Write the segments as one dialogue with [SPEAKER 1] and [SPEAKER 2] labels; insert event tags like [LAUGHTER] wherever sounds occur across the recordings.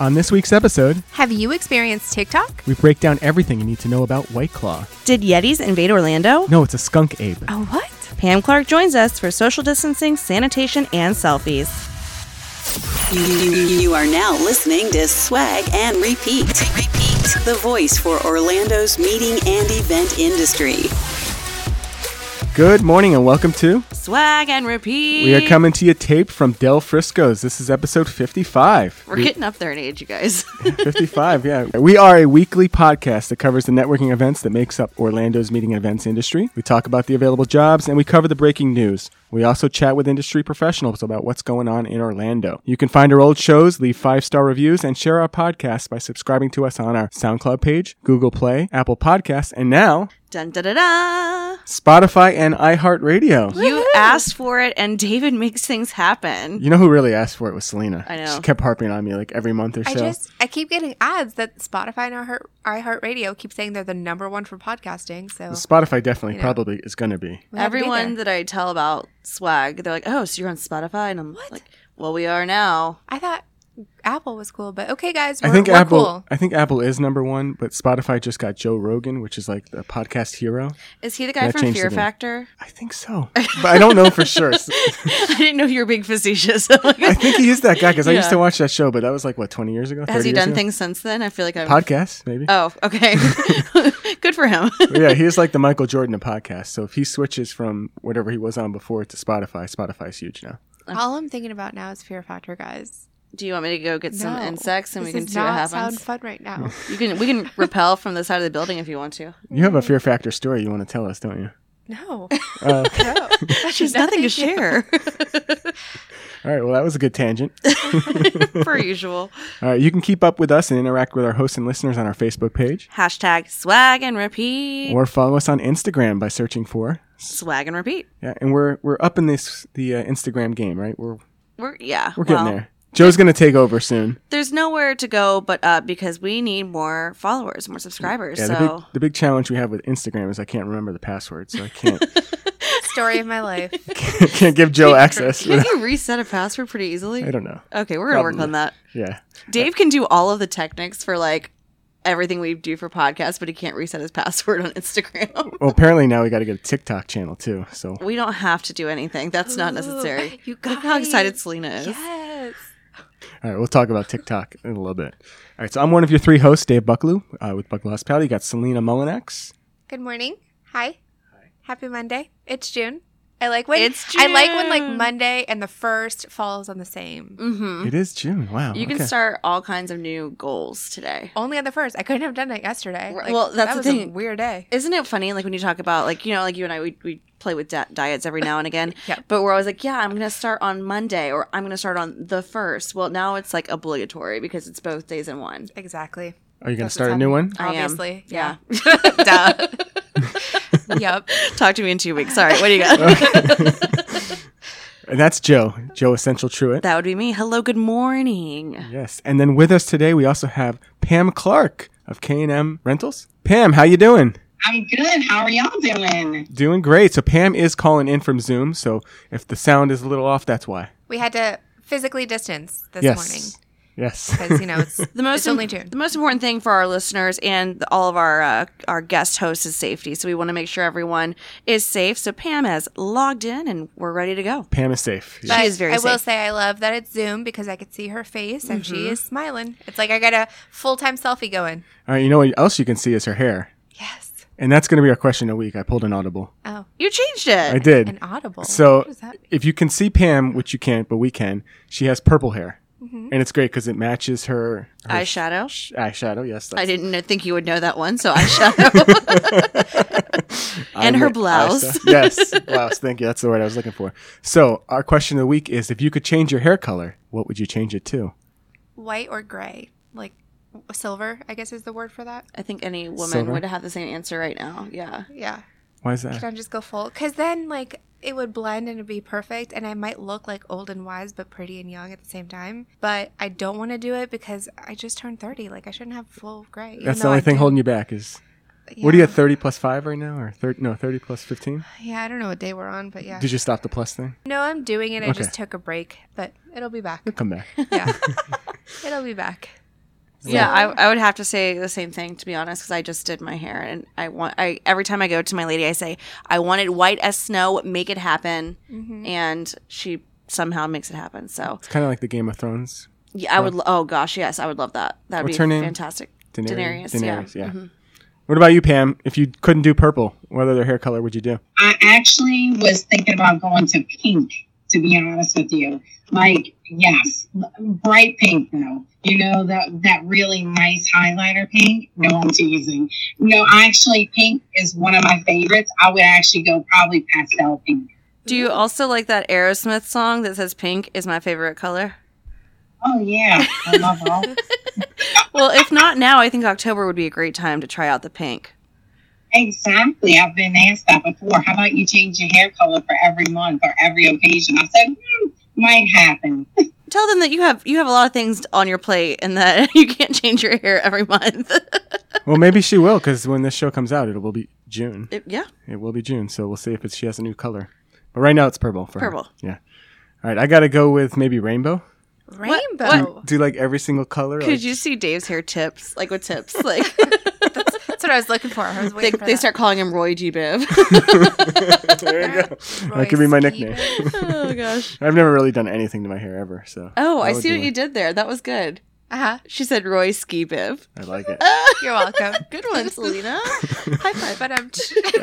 [SPEAKER 1] On this week's episode,
[SPEAKER 2] Have you experienced TikTok?
[SPEAKER 1] we break down everything you need to know about White Claw.
[SPEAKER 3] Did Yetis invade Orlando?
[SPEAKER 1] No, it's a skunk, Abe.
[SPEAKER 2] Oh, what?
[SPEAKER 3] Pam Clark joins us for social distancing, sanitation, and selfies.
[SPEAKER 4] You, you- you are now listening to Swag and Repeat. Repeat. The voice for Orlando's meeting and event industry.
[SPEAKER 1] Good morning and welcome to.
[SPEAKER 3] Swag and repeat.
[SPEAKER 1] We are coming to you taped from Del Frisco's. This is episode 55.
[SPEAKER 3] We're getting up there in age, you guys. [LAUGHS]
[SPEAKER 1] [LAUGHS] 55, yeah. We are a weekly podcast that covers the networking events that makes up Orlando's meeting and events industry. We talk about the available jobs and we cover the breaking news. We also chat with industry professionals about what's going on in Orlando. You can find our old shows, leave five star reviews, and share our podcast by subscribing to us on our SoundCloud page, Google Play, Apple Podcasts, and now
[SPEAKER 3] dun da da da.
[SPEAKER 1] Spotify and iHeartRadio.
[SPEAKER 3] You asked for it, and David makes things happen.
[SPEAKER 1] You know who really asked for it was Selena.
[SPEAKER 3] I know.
[SPEAKER 1] She kept harping on me like every month or
[SPEAKER 2] I
[SPEAKER 1] so.
[SPEAKER 2] just I keep getting ads that Spotify and iHeart- iHeartRadio keep saying they're the number one for podcasting. So
[SPEAKER 1] Spotify definitely
[SPEAKER 2] You know.
[SPEAKER 1] probably is going to be.
[SPEAKER 2] we have to be
[SPEAKER 3] Everyone
[SPEAKER 2] there.
[SPEAKER 3] that I tell about swag, they're like, "Oh, so you're on Spotify?" And I'm
[SPEAKER 2] What?
[SPEAKER 3] like, "Well, we are now."
[SPEAKER 2] I thought Apple was cool, but okay, guys,
[SPEAKER 1] I
[SPEAKER 2] we're,
[SPEAKER 1] think
[SPEAKER 2] we're
[SPEAKER 1] Apple.
[SPEAKER 2] cool.
[SPEAKER 1] I think Apple is number one, but Spotify just got Joe Rogan, which is like the podcast hero.
[SPEAKER 3] Is he the guy
[SPEAKER 1] That
[SPEAKER 3] from
[SPEAKER 1] changed the
[SPEAKER 3] Fear
[SPEAKER 1] game.
[SPEAKER 3] Factor?
[SPEAKER 1] [LAUGHS] I think
[SPEAKER 3] [LAUGHS]
[SPEAKER 1] so, but I don't know for sure. S-
[SPEAKER 3] I didn't know you were being facetious. [LAUGHS] I'm like,
[SPEAKER 1] I think he is that guy because I used
[SPEAKER 3] Yeah.
[SPEAKER 1] to watch that show, but that was like what twenty years ago. 30
[SPEAKER 3] Has he
[SPEAKER 1] years
[SPEAKER 3] done
[SPEAKER 1] ago?
[SPEAKER 3] things since then? I feel like I'm.
[SPEAKER 1] Podcasts, maybe.
[SPEAKER 3] oh,
[SPEAKER 1] [LAUGHS]
[SPEAKER 3] okay. [LAUGHS] Good for him. [LAUGHS]
[SPEAKER 1] But yeah, he is like the Michael Jordan of podcasts. So if he switches from whatever he was on before to Spotify, Spotify's huge now.
[SPEAKER 2] All I'm thinking about now is Fear Factor, guys.
[SPEAKER 3] Do you want me to go get some
[SPEAKER 2] No,
[SPEAKER 3] insects and we
[SPEAKER 2] this
[SPEAKER 3] can
[SPEAKER 2] does
[SPEAKER 3] see what
[SPEAKER 2] not Sound
[SPEAKER 3] happens?
[SPEAKER 2] fun
[SPEAKER 1] [LAUGHS]
[SPEAKER 2] right now?
[SPEAKER 3] You can we [LAUGHS] can repel from the side of the building if you want to.
[SPEAKER 1] You have a Fear Factor story you want to tell us, don't you?
[SPEAKER 2] no,
[SPEAKER 1] Uh, [LAUGHS]
[SPEAKER 2] no.
[SPEAKER 3] [LAUGHS] She's nothing to share, [LAUGHS]
[SPEAKER 1] all right. Well, that was a good tangent.
[SPEAKER 3] per usual.
[SPEAKER 1] All right, you can keep up with us and interact with our hosts and listeners on our Facebook page,
[SPEAKER 3] Hashtag swag and repeat.
[SPEAKER 1] or follow us on Instagram by searching for
[SPEAKER 3] swag and repeat.
[SPEAKER 1] Yeah, and we're we're up in this the uh, Instagram game, right? We're
[SPEAKER 3] We're yeah.
[SPEAKER 1] we're getting
[SPEAKER 3] well,
[SPEAKER 1] there. Joe's gonna take over soon.
[SPEAKER 3] There's nowhere to go but up because we need more followers, more subscribers.
[SPEAKER 1] Yeah,
[SPEAKER 3] so
[SPEAKER 1] the big the big challenge we have with Instagram is I can't remember the password, so I can't [LAUGHS]
[SPEAKER 2] Story of my
[SPEAKER 3] [LAUGHS]
[SPEAKER 2] life.
[SPEAKER 1] can't give Joe access.
[SPEAKER 3] can you reset a password pretty easily?
[SPEAKER 1] [LAUGHS] I don't know.
[SPEAKER 3] Okay, we're gonna work
[SPEAKER 1] Probably.
[SPEAKER 3] on that.
[SPEAKER 1] Yeah,
[SPEAKER 3] Dave can do all of the techniques for like everything we do for podcasts, but he can't reset his password on Instagram. [LAUGHS]
[SPEAKER 1] well, apparently now we got to get a TikTok channel too. So
[SPEAKER 3] We don't have to do anything. That's not necessary. [GASPS]
[SPEAKER 2] Ooh, [LAUGHS] you
[SPEAKER 3] Look how excited
[SPEAKER 2] guys.
[SPEAKER 3] Selena is.
[SPEAKER 2] Yes.
[SPEAKER 1] all right, we'll talk about TikTok in a little bit. All right, so I'm one of your three hosts, Dave Bucklew, uh, with Bucklew Hospitality. You got Selena Mullinax.
[SPEAKER 2] Good morning. Hi. Happy Monday. It's June. I like when
[SPEAKER 3] It's
[SPEAKER 2] I like when like
[SPEAKER 3] June.
[SPEAKER 2] Monday and the first falls on the same.
[SPEAKER 3] Mm-hmm.
[SPEAKER 1] It is June. Wow.
[SPEAKER 2] Oh,
[SPEAKER 3] You can
[SPEAKER 1] okay.
[SPEAKER 3] start all kinds of new goals today.
[SPEAKER 2] Only on the first. I couldn't have done it yesterday.
[SPEAKER 3] Right. Well, that's
[SPEAKER 2] that
[SPEAKER 3] the
[SPEAKER 2] was A
[SPEAKER 3] thing.
[SPEAKER 2] weird day.
[SPEAKER 3] Isn't it funny? Like when you talk about like you know like you and I we we play with di- diets every now and again.
[SPEAKER 2] [LAUGHS] Yeah.
[SPEAKER 3] But we're always like, yeah, I'm gonna start on Monday or I'm gonna start on the first. Well, now it's like obligatory because it's both days in one. [LAUGHS]
[SPEAKER 2] Exactly.
[SPEAKER 1] Are you gonna
[SPEAKER 2] That's
[SPEAKER 1] start a
[SPEAKER 2] what's
[SPEAKER 1] new one?
[SPEAKER 3] I am.
[SPEAKER 2] Obviously.
[SPEAKER 3] Yeah.
[SPEAKER 2] [LAUGHS]
[SPEAKER 3] [LAUGHS]
[SPEAKER 2] Duh. yep.
[SPEAKER 3] Talk to me in two weeks. Sorry. What do
[SPEAKER 2] [LAUGHS]
[SPEAKER 3] you got?
[SPEAKER 1] And that's Joe. Joe Essential Truitt.
[SPEAKER 3] that would be me. Hello. Good morning.
[SPEAKER 1] Yes, and then with us today we also have Pam Clark of K and M Rentals. Pam, how you doing?
[SPEAKER 5] I'm good. How are y'all doing?
[SPEAKER 1] Doing great. So Pam is calling in from Zoom, so if the sound is a little off, that's why.
[SPEAKER 2] We had to physically distance this
[SPEAKER 1] yes.
[SPEAKER 2] morning
[SPEAKER 1] Yes.
[SPEAKER 2] because you know it's
[SPEAKER 3] [LAUGHS] The most
[SPEAKER 2] It's only
[SPEAKER 3] im-
[SPEAKER 2] June.
[SPEAKER 3] the most important thing for our listeners and the- all of our uh, our guest hosts is safety. So we want to make sure everyone is safe. So Pam has logged in and we're ready to go.
[SPEAKER 1] [LAUGHS] Pam is safe.
[SPEAKER 3] But-
[SPEAKER 1] Yeah.
[SPEAKER 2] But
[SPEAKER 3] is very
[SPEAKER 2] I will
[SPEAKER 3] safe.
[SPEAKER 2] say I love that it's Zoom because I could see her face and she
[SPEAKER 3] Mm-hmm.
[SPEAKER 2] is smiling. It's like I got a full time selfie going.
[SPEAKER 1] All right. You know what else you can see is her hair,
[SPEAKER 2] Yes.
[SPEAKER 1] and that's going to be our question a week. I pulled an audible.
[SPEAKER 2] Oh,
[SPEAKER 3] You changed it.
[SPEAKER 1] I did.
[SPEAKER 2] an audible.
[SPEAKER 1] So
[SPEAKER 2] What does that mean?
[SPEAKER 1] if you can see Pam, which you can't, but we can, she has purple hair,
[SPEAKER 2] Mm-hmm.
[SPEAKER 1] and it's great because it matches her, her
[SPEAKER 3] Eyeshadow.
[SPEAKER 1] sh- eyeshadow. Yes.
[SPEAKER 3] I
[SPEAKER 1] that's-
[SPEAKER 3] didn't know- think you would know that one.
[SPEAKER 1] [LAUGHS]
[SPEAKER 3] So eyeshadow. and her
[SPEAKER 1] Eyelid-
[SPEAKER 3] blouse. [LAUGHS]
[SPEAKER 1] eyeshadow. yes, blouse. Thank you. That's the word I was looking for. So our question of the week is: If you could change your hair color, what would you change it to?
[SPEAKER 2] white or gray, like silver. I guess is the word for that.
[SPEAKER 3] I think any woman
[SPEAKER 1] Silver.
[SPEAKER 3] would have the same answer right now. Yeah.
[SPEAKER 2] Yeah.
[SPEAKER 1] Why is that?
[SPEAKER 2] Can I just go full? Because then, like, it would blend and it'd be perfect, and I might look like old and wise, but pretty and young at the same time. But I don't want to do it because I just turned 30. Like, I shouldn't have full gray. even
[SPEAKER 1] That's the
[SPEAKER 2] though
[SPEAKER 1] only
[SPEAKER 2] I
[SPEAKER 1] thing
[SPEAKER 2] do-
[SPEAKER 1] holding you back is what are you at 30 plus 5 right now or 30 no 30 plus 15?
[SPEAKER 2] Yeah, I don't know what day we're on, but yeah.
[SPEAKER 1] Did you stop the plus thing?
[SPEAKER 2] no, I'm doing it. I
[SPEAKER 1] Okay.
[SPEAKER 3] [LAUGHS]
[SPEAKER 2] just took a break, but it'll be back.
[SPEAKER 1] Come back.
[SPEAKER 2] yeah. it'll be back.
[SPEAKER 3] Yeah, I, I would have to say the same thing to be honest, because I just did my hair and I want. I every time I go to my lady, I say I want it white as snow. Make it happen,
[SPEAKER 1] Mm-hmm.
[SPEAKER 3] and she somehow makes it happen. So
[SPEAKER 1] It's kind of like the Game of Thrones.
[SPEAKER 3] yeah, I would. lo- Oh gosh, yes, I would love that. That'd
[SPEAKER 1] What's
[SPEAKER 3] be
[SPEAKER 1] her name?
[SPEAKER 3] fantastic.
[SPEAKER 1] Daenerys.
[SPEAKER 3] yeah.
[SPEAKER 1] Daenerys, yeah. What about you, Pam? If you couldn't do purple, what other hair color would you do?
[SPEAKER 5] I actually was thinking about going to pink, to be honest with you. Like, yes, bright pink though. You know that that really nice highlighter pink. No, I'm teasing. No, actually, pink is one of my favorites. I would actually go probably pastel pink.
[SPEAKER 3] Do you also like that Aerosmith song that says pink is my favorite color?
[SPEAKER 5] Oh yeah, I love all.
[SPEAKER 3] Well, if not now, I think October would be a great time to try out the pink.
[SPEAKER 5] exactly. I've been asked that before. How about you change your hair color for every month or every occasion? I said hmm, might happen. [LAUGHS]
[SPEAKER 3] Tell them that you have you have a lot of things on your plate and that [LAUGHS] you can't change your hair every month.
[SPEAKER 1] Well, maybe she will, because when this show comes out, it will be June.
[SPEAKER 3] It-
[SPEAKER 1] [LAUGHS]
[SPEAKER 3] yeah.
[SPEAKER 1] It will be June, so we'll see if it's, she has a new color. But right now, it's purple for her.
[SPEAKER 3] Purple.
[SPEAKER 1] Yeah. All right, I gotta go with maybe rainbow.
[SPEAKER 2] Rainbow.
[SPEAKER 3] what-
[SPEAKER 1] Do like every single color.
[SPEAKER 3] Oh. Could
[SPEAKER 1] like- [LAUGHS]
[SPEAKER 3] you see Dave's hair tips? Like with tips? [LAUGHS] Like
[SPEAKER 2] That's what I was looking for. I was
[SPEAKER 3] they,
[SPEAKER 2] waiting for
[SPEAKER 3] they
[SPEAKER 2] that.
[SPEAKER 3] start calling him Roy G. [LAUGHS] Biv.
[SPEAKER 1] there you
[SPEAKER 3] [LAUGHS]
[SPEAKER 1] go. That
[SPEAKER 2] Royce
[SPEAKER 1] could be my
[SPEAKER 2] Keegan.
[SPEAKER 1] nickname.
[SPEAKER 3] oh gosh.
[SPEAKER 1] I've never really done anything to my hair ever, so.
[SPEAKER 3] [LAUGHS] Oh,
[SPEAKER 1] that
[SPEAKER 3] I
[SPEAKER 1] would
[SPEAKER 3] see
[SPEAKER 1] be
[SPEAKER 3] what you
[SPEAKER 1] one.
[SPEAKER 3] did there. That was good.
[SPEAKER 2] Uh-huh.
[SPEAKER 3] She said Roy Ski Biv.
[SPEAKER 1] I like it.
[SPEAKER 2] You're welcome.
[SPEAKER 3] [LAUGHS] Good one, Selena. High five.
[SPEAKER 2] But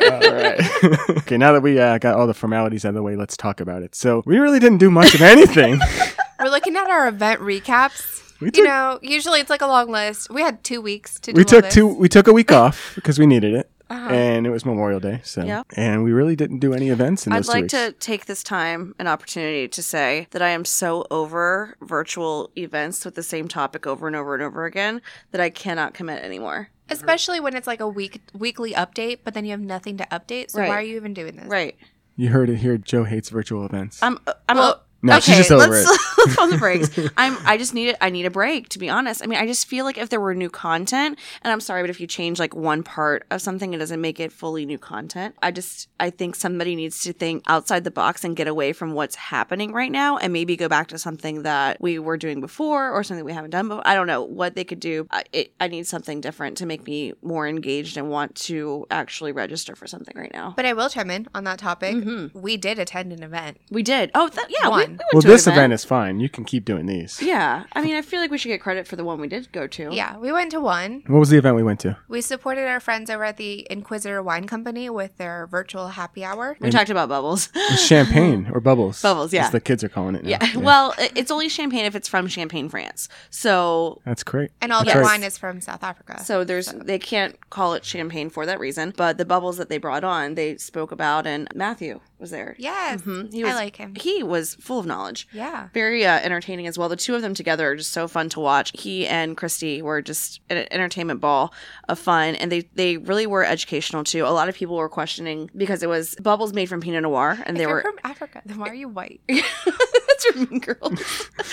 [SPEAKER 3] [LAUGHS]
[SPEAKER 2] I'm
[SPEAKER 1] all right. [LAUGHS] okay, now that we uh, got all the formalities out of the way, let's talk about it. So we really didn't do much of
[SPEAKER 3] [LAUGHS]
[SPEAKER 1] anything. [LAUGHS]
[SPEAKER 2] we're looking at our event recaps.
[SPEAKER 1] We
[SPEAKER 2] you
[SPEAKER 1] took-
[SPEAKER 2] know, usually it's like a long list. We had two weeks to do
[SPEAKER 1] we
[SPEAKER 2] all
[SPEAKER 1] took
[SPEAKER 2] this.
[SPEAKER 1] two. We took a week
[SPEAKER 3] [LAUGHS]
[SPEAKER 1] off because we needed it,
[SPEAKER 2] Uh-huh.
[SPEAKER 1] and it was Memorial Day. So,
[SPEAKER 3] Yeah.
[SPEAKER 1] and we really didn't do any events in
[SPEAKER 3] I'd
[SPEAKER 1] those
[SPEAKER 3] like
[SPEAKER 1] two weeks.
[SPEAKER 3] to take this time an opportunity to say that I am so over virtual events with the same topic over and over and over again that I cannot commit anymore.
[SPEAKER 2] Especially when it's like a week weekly update, but then you have nothing to update. So
[SPEAKER 3] Right.
[SPEAKER 2] why are you even doing this?
[SPEAKER 3] Right.
[SPEAKER 1] You heard it here. Joe hates virtual events.
[SPEAKER 3] I'm I'm
[SPEAKER 2] Well,
[SPEAKER 1] No, she's just
[SPEAKER 3] [LAUGHS]
[SPEAKER 1] over
[SPEAKER 3] let's,
[SPEAKER 1] it. [LAUGHS]
[SPEAKER 3] let's on the breaks. I'm I just need it. I need a break to be honest. I mean, I just feel like if there were new content, and I'm sorry, but if you change like one part of something, it doesn't make it fully new content. I just I think somebody needs to think outside the box and get away from what's happening right now, and maybe go back to something that we were doing before or something we haven't done. But I don't know what they could do. I, it, I need something different to make me more engaged and want to actually register for something right now. But
[SPEAKER 2] But I will chime in on that topic.
[SPEAKER 3] Mm-hmm.
[SPEAKER 2] We did attend an event.
[SPEAKER 3] we did. Oh, th- yeah. we- We,
[SPEAKER 2] One.
[SPEAKER 3] went
[SPEAKER 1] Well,
[SPEAKER 3] to an
[SPEAKER 1] this event is fine. You can keep doing these.
[SPEAKER 3] Yeah. I mean, I feel like we should get credit for the one we did go to.
[SPEAKER 2] Yeah, we went to one.
[SPEAKER 1] What was the event we went to?
[SPEAKER 2] We supported our friends over at the Inquisitor Wine Company with their virtual happy hour.
[SPEAKER 3] We talked about bubbles. [LAUGHS]
[SPEAKER 1] It was champagne or bubbles?
[SPEAKER 3] Bubbles, yeah.
[SPEAKER 1] as the kids are calling it. now.
[SPEAKER 3] yeah. Well, i- it's only champagne if it's from Champagne, France. So.
[SPEAKER 1] that's great.
[SPEAKER 2] And all
[SPEAKER 1] That's
[SPEAKER 2] their
[SPEAKER 1] right.
[SPEAKER 2] wine is from South Africa.
[SPEAKER 3] So there's they can't call it champagne for that reason, but the bubbles that they brought on, they spoke about, and Matthew was there.
[SPEAKER 2] Yes.
[SPEAKER 3] Mhm. He
[SPEAKER 2] I
[SPEAKER 3] was,
[SPEAKER 2] like him.
[SPEAKER 3] He was full of knowledge.
[SPEAKER 2] yeah.
[SPEAKER 3] very uh, entertaining as well. The two of them together are just so fun to watch. He and Christy were just an entertainment ball of fun, and they they really were educational too. A lot of people were questioning because it was bubbles made from Pinot Noir,
[SPEAKER 2] If
[SPEAKER 3] and they
[SPEAKER 2] you're
[SPEAKER 3] were
[SPEAKER 2] from Africa, then why are you white?
[SPEAKER 3] [LAUGHS] that's your mean girl.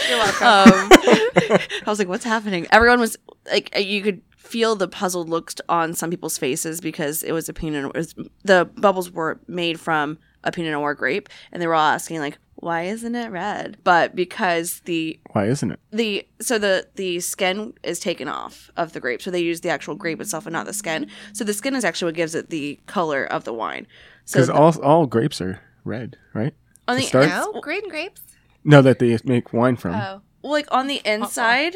[SPEAKER 2] You're welcome.
[SPEAKER 3] Um, I was like, what's happening? Everyone was like, uh, you could feel the puzzled looks on some people's faces because it was a Pinot. It was, the bubbles were made from a Pinot Noir grape, and they were all asking like. Why isn't it red? But because the
[SPEAKER 1] Why isn't it?
[SPEAKER 3] the so the the skin is taken off of the grape so they use the actual grape itself and not the skin so the skin is actually what gives it the color of the wine so
[SPEAKER 1] Because all all grapes are red, right?
[SPEAKER 3] on
[SPEAKER 1] to
[SPEAKER 3] the
[SPEAKER 1] start?
[SPEAKER 2] no, green grapes.
[SPEAKER 1] No, that they make wine from.
[SPEAKER 2] Oh,
[SPEAKER 3] well, like on the
[SPEAKER 1] [LAUGHS]
[SPEAKER 3] inside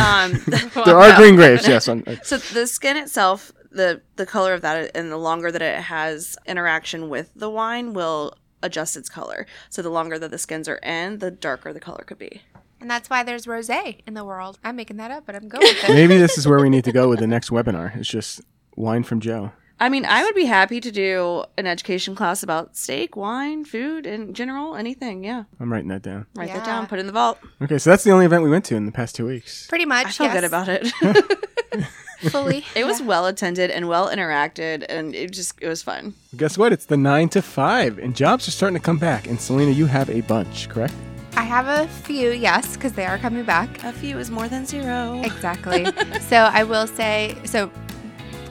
[SPEAKER 3] um [LAUGHS]
[SPEAKER 1] there are green grapes. Yes. On,
[SPEAKER 3] so the skin itself the the color of that and the longer that it has interaction with the wine will adjust its color so the longer that the skins are in the darker the color could be
[SPEAKER 2] and that's why there's rosé in the world. I'm making that up, but I'm going with
[SPEAKER 1] [LAUGHS]
[SPEAKER 2] it.
[SPEAKER 1] Maybe this is where we need to go with the next webinar. It's just wine from Joe.
[SPEAKER 3] I mean, I would be happy to do an education class about steak, wine, food in general, anything. Yeah.
[SPEAKER 1] I'm writing that down.
[SPEAKER 3] Write that
[SPEAKER 2] Yeah.
[SPEAKER 3] down, put it in the vault.
[SPEAKER 1] Okay, so that's the only event we went to in the past two weeks.
[SPEAKER 2] Pretty much.
[SPEAKER 3] I feel
[SPEAKER 2] yes,
[SPEAKER 3] good
[SPEAKER 1] [LAUGHS]
[SPEAKER 3] about it.
[SPEAKER 2] fully.
[SPEAKER 3] it was well attended and well interacted, and it just it was fun.
[SPEAKER 1] Guess what? It's the nine to five, and jobs are starting to come back. And Selena, you have a bunch, correct?
[SPEAKER 2] I have a few, yes, because they are coming back.
[SPEAKER 3] A few is more than zero.
[SPEAKER 2] Exactly. so I will say so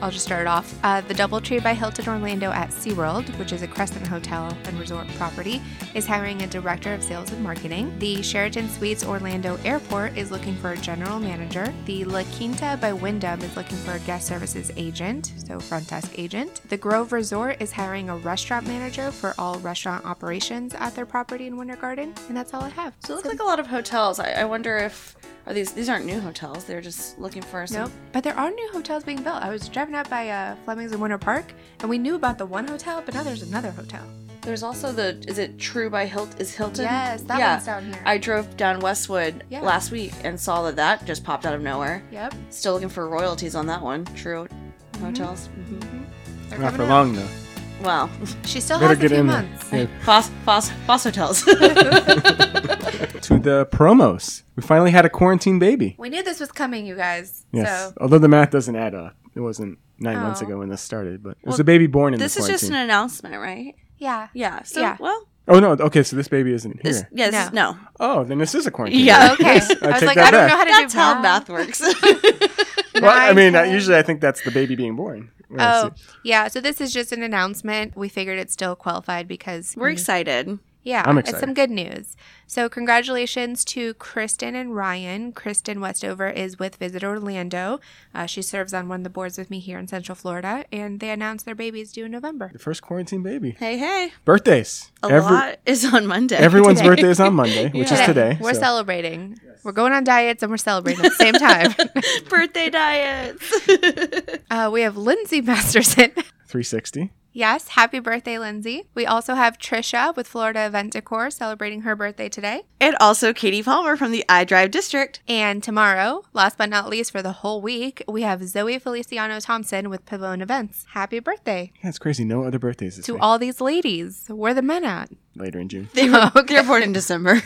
[SPEAKER 2] I'll just start it off. Uh, the DoubleTree by Hilton Orlando at SeaWorld, which is a Crescent Hotel and Resort property, is hiring a director of sales and marketing. The Sheraton Suites Orlando Airport is looking for a general manager. The La Quinta by Wyndham is looking for a guest services agent, so front desk agent. The Grove Resort is hiring a restaurant manager for all restaurant operations at their property in Winter Garden, and that's all I have.
[SPEAKER 3] So it looks like a lot of hotels. I, I wonder if are these these aren't new hotels. They're just looking for some.
[SPEAKER 2] Nope. But there are new hotels being built. I was driving up by uh, Fleming's in Winter Park, and we knew about the one hotel, but now there's another hotel.
[SPEAKER 3] There's also the is it True by Hilt is Hilton?
[SPEAKER 2] Yes, that one's down here.
[SPEAKER 3] I drove down Westwood
[SPEAKER 2] Yeah.
[SPEAKER 3] last week and saw that that just popped out of nowhere.
[SPEAKER 2] Yep.
[SPEAKER 3] Still looking for royalties on that one. True hotels. Mm-hmm.
[SPEAKER 2] They're
[SPEAKER 1] Not for
[SPEAKER 2] coming up.
[SPEAKER 1] long though.
[SPEAKER 3] Wow.
[SPEAKER 2] She still
[SPEAKER 1] Better
[SPEAKER 2] has a
[SPEAKER 1] get
[SPEAKER 2] few
[SPEAKER 1] in
[SPEAKER 2] months.
[SPEAKER 1] there. Yeah.
[SPEAKER 3] [LAUGHS] Foss, Foss,
[SPEAKER 1] [LAUGHS]
[SPEAKER 3] Foss hotels.
[SPEAKER 1] To the promos. We finally had a quarantine baby.
[SPEAKER 2] We knew this was coming, you guys.
[SPEAKER 1] Yes.
[SPEAKER 2] So
[SPEAKER 1] Although the math doesn't add up. It wasn't nine months
[SPEAKER 2] Oh.
[SPEAKER 1] ago when this started, but it was
[SPEAKER 3] Well,
[SPEAKER 1] a baby born in
[SPEAKER 3] this
[SPEAKER 1] the
[SPEAKER 3] is just
[SPEAKER 1] quarantine.
[SPEAKER 3] an announcement, right?
[SPEAKER 2] yeah.
[SPEAKER 3] Yeah. So
[SPEAKER 2] Yeah.
[SPEAKER 3] well,
[SPEAKER 1] oh no. Okay, so this baby isn't
[SPEAKER 3] this,
[SPEAKER 1] here.
[SPEAKER 3] yeah, this, no.
[SPEAKER 1] Oh, then this is a quarantine. baby.
[SPEAKER 2] [LAUGHS]
[SPEAKER 3] Yeah.
[SPEAKER 2] Okay.
[SPEAKER 1] Yes,
[SPEAKER 2] I, was
[SPEAKER 1] take
[SPEAKER 2] like,
[SPEAKER 1] that
[SPEAKER 2] I don't
[SPEAKER 1] back.
[SPEAKER 2] know how to
[SPEAKER 3] That's
[SPEAKER 2] do
[SPEAKER 3] how
[SPEAKER 2] math.
[SPEAKER 3] math works. [LAUGHS]
[SPEAKER 1] Well, I
[SPEAKER 2] Nine,
[SPEAKER 1] mean, uh,
[SPEAKER 2] ten.
[SPEAKER 1] usually I think that's the baby being born. We'll
[SPEAKER 2] Oh,
[SPEAKER 1] see.
[SPEAKER 2] yeah. So this is just an announcement. We figured it still qualified because [LAUGHS]
[SPEAKER 3] We're excited.
[SPEAKER 2] Yeah,
[SPEAKER 1] I'm
[SPEAKER 2] it's some
[SPEAKER 1] excited.
[SPEAKER 2] good news. So, congratulations to Kristen and Ryan. Kristen Westover is with Visit Orlando. Uh, she serves on one of the boards with me here in Central Florida, and they announced their baby is due in November.
[SPEAKER 1] the first quarantine baby.
[SPEAKER 3] Hey, hey.
[SPEAKER 1] Birthdays.
[SPEAKER 3] A lot is on Monday. [LAUGHS]
[SPEAKER 1] Everyone's
[SPEAKER 2] Today.
[SPEAKER 1] birthday is on Monday, which is
[SPEAKER 3] Yeah.
[SPEAKER 1] today.
[SPEAKER 2] We're
[SPEAKER 1] so-
[SPEAKER 2] celebrating. We're going on diets and we're celebrating at the
[SPEAKER 1] [LAUGHS]
[SPEAKER 2] same time. [LAUGHS]
[SPEAKER 3] birthday diets.
[SPEAKER 2] uh, we have Lindsay Masterson. [LAUGHS]
[SPEAKER 1] 360.
[SPEAKER 2] Yes, happy birthday, Lindsay. We also have Trisha with Florida Event Decor celebrating her birthday today.
[SPEAKER 3] [LAUGHS] and also Katie Palmer from the iDrive District.
[SPEAKER 2] And tomorrow, last but not least for the whole week, we have Zoe Feliciano Thompson with Pavone Events. Happy birthday
[SPEAKER 1] Yeah, it's crazy. No other birthdays this
[SPEAKER 2] to
[SPEAKER 1] week.
[SPEAKER 2] all these ladies. Where the men at?
[SPEAKER 1] Later in June.
[SPEAKER 3] They
[SPEAKER 2] [LAUGHS]
[SPEAKER 3] were, They're born in December.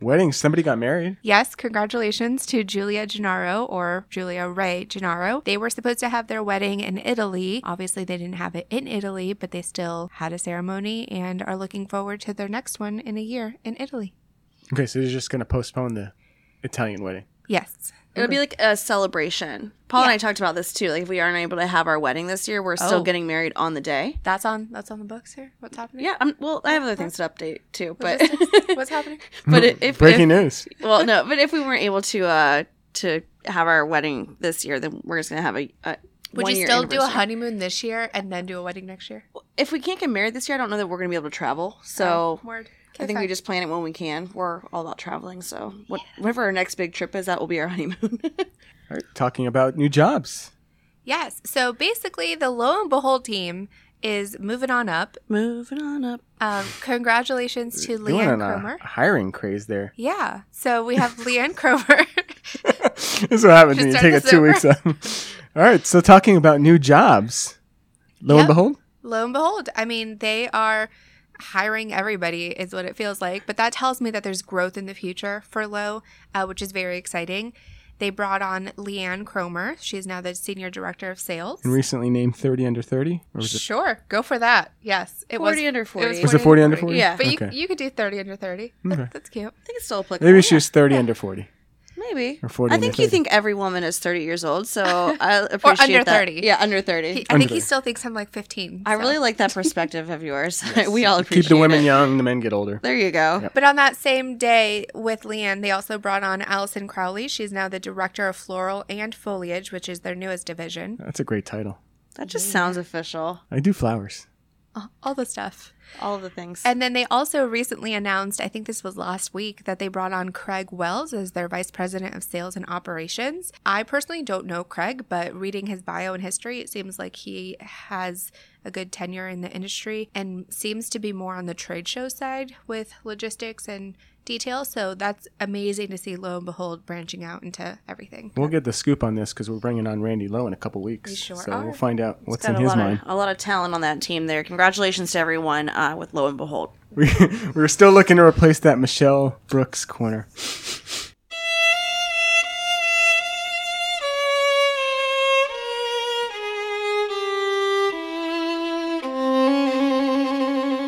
[SPEAKER 1] Weddings. Somebody got married.
[SPEAKER 2] Yes, congratulations to Julia Gennaro or Julia Ray Gennaro. They were supposed to have their wedding in Italy. Obviously, they didn't have it in Italy, but they still had a ceremony and are looking forward to their next one in a year in Italy.
[SPEAKER 1] Okay, so they're just going to postpone the Italian wedding.
[SPEAKER 2] Yes.
[SPEAKER 3] It'll be like a celebration. Paul and I talked about this too. Like if we aren't able to have our wedding this year, we're still
[SPEAKER 2] Oh.
[SPEAKER 3] getting married on the day.
[SPEAKER 2] That's on that's on the books here. What's happening?
[SPEAKER 3] Yeah, I'm, well, I have other things to update too, but [LAUGHS]
[SPEAKER 2] Logistics? What's happening?
[SPEAKER 3] but if, if
[SPEAKER 1] Breaking news.
[SPEAKER 3] well, no, but if we weren't able to uh to have our wedding this year, then we're just gonna have a. a
[SPEAKER 2] Would you
[SPEAKER 3] one-year
[SPEAKER 2] still do a
[SPEAKER 3] anniversary.
[SPEAKER 2] honeymoon this year and then do a wedding next year?
[SPEAKER 3] If we can't get married this year, I don't know that we're gonna be able to travel. So
[SPEAKER 2] word.
[SPEAKER 3] I think we just plan it when we can. We're all about traveling, so what, whatever our next big trip is, that will be our [LAUGHS] honeymoon.
[SPEAKER 1] All right, talking about new jobs.
[SPEAKER 2] Yes. So basically, the lo and behold team is moving on up.
[SPEAKER 3] Moving on up.
[SPEAKER 2] Um, congratulations to
[SPEAKER 1] They went
[SPEAKER 2] Leanne
[SPEAKER 1] on a
[SPEAKER 2] Cromer.
[SPEAKER 1] hiring craze there. [LAUGHS]
[SPEAKER 2] Yeah. So we have Leanne [LAUGHS] Cromer.
[SPEAKER 1] this is what happens when you
[SPEAKER 2] Should
[SPEAKER 1] take a
[SPEAKER 2] start
[SPEAKER 1] two weeks off. [LAUGHS] All right, so talking about new jobs. Lo and
[SPEAKER 2] Yep.
[SPEAKER 1] behold,
[SPEAKER 2] lo and behold, I mean, they are hiring everybody, is what it feels like. But that tells me that there's growth in the future for Lo, uh, which is very exciting. They brought on Leanne Cromer. She's now the senior director of sales.
[SPEAKER 1] and recently named 30 under 30. Or was it,
[SPEAKER 2] Sure, go for that. Yes, it
[SPEAKER 3] 40
[SPEAKER 2] was
[SPEAKER 3] under
[SPEAKER 2] it
[SPEAKER 3] 40.
[SPEAKER 1] was it 40 under 40?
[SPEAKER 3] Yeah.
[SPEAKER 2] But
[SPEAKER 1] Okay.
[SPEAKER 2] you, you could do 30 under 30. That-
[SPEAKER 1] Okay.
[SPEAKER 2] That's cute.
[SPEAKER 3] I think it's still applicable.
[SPEAKER 1] Maybe she was 30 under 40.
[SPEAKER 3] Maybe.
[SPEAKER 1] Or 40
[SPEAKER 3] I
[SPEAKER 1] under
[SPEAKER 3] think you
[SPEAKER 1] 30.
[SPEAKER 3] think every woman is 30 years
[SPEAKER 2] [LAUGHS]
[SPEAKER 3] old, so I appreciate
[SPEAKER 2] under
[SPEAKER 3] that.
[SPEAKER 2] 30.
[SPEAKER 3] Yeah, under 30.
[SPEAKER 2] He, I think
[SPEAKER 1] Under
[SPEAKER 2] he
[SPEAKER 1] there.
[SPEAKER 2] still thinks I'm like 15.
[SPEAKER 3] I
[SPEAKER 2] so.
[SPEAKER 3] really
[SPEAKER 2] [LAUGHS]
[SPEAKER 3] like that perspective of yours. [LAUGHS] we all appreciate
[SPEAKER 1] Keep the women
[SPEAKER 3] it.
[SPEAKER 1] young, the men get older.
[SPEAKER 3] There you go.
[SPEAKER 2] But on that same day with Leanne, they also brought on Allison Crowley. She's now the director of floral and foliage, which is their newest division.
[SPEAKER 1] That's a great title.
[SPEAKER 3] That just sounds official.
[SPEAKER 1] I do flowers.
[SPEAKER 2] All- All the stuff.
[SPEAKER 3] All the things.
[SPEAKER 2] And then they also recently announced, I think this was last week, that they brought on Craig Wells as their vice president of sales and operations. I personally don't know Craig, but reading his bio and history, it seems like he has a good tenure in the industry and seems to be more on the trade show side with logistics and detail. So that's amazing to see Lo and Behold branching out into everything.
[SPEAKER 1] We'll get the scoop on this because we're bringing on Randy Lowe in a couple weeks.
[SPEAKER 2] We sure
[SPEAKER 1] so
[SPEAKER 2] are.
[SPEAKER 1] we'll find out what's
[SPEAKER 3] Got
[SPEAKER 1] in
[SPEAKER 3] a
[SPEAKER 1] his
[SPEAKER 3] lot
[SPEAKER 1] mind.
[SPEAKER 3] Of, a lot of talent on that team there. Congratulations to everyone uh, with Lo and Behold.
[SPEAKER 1] We, we [LAUGHS] were still looking to replace that Michelle Brooks
[SPEAKER 3] [LAUGHS]
[SPEAKER 1] corner.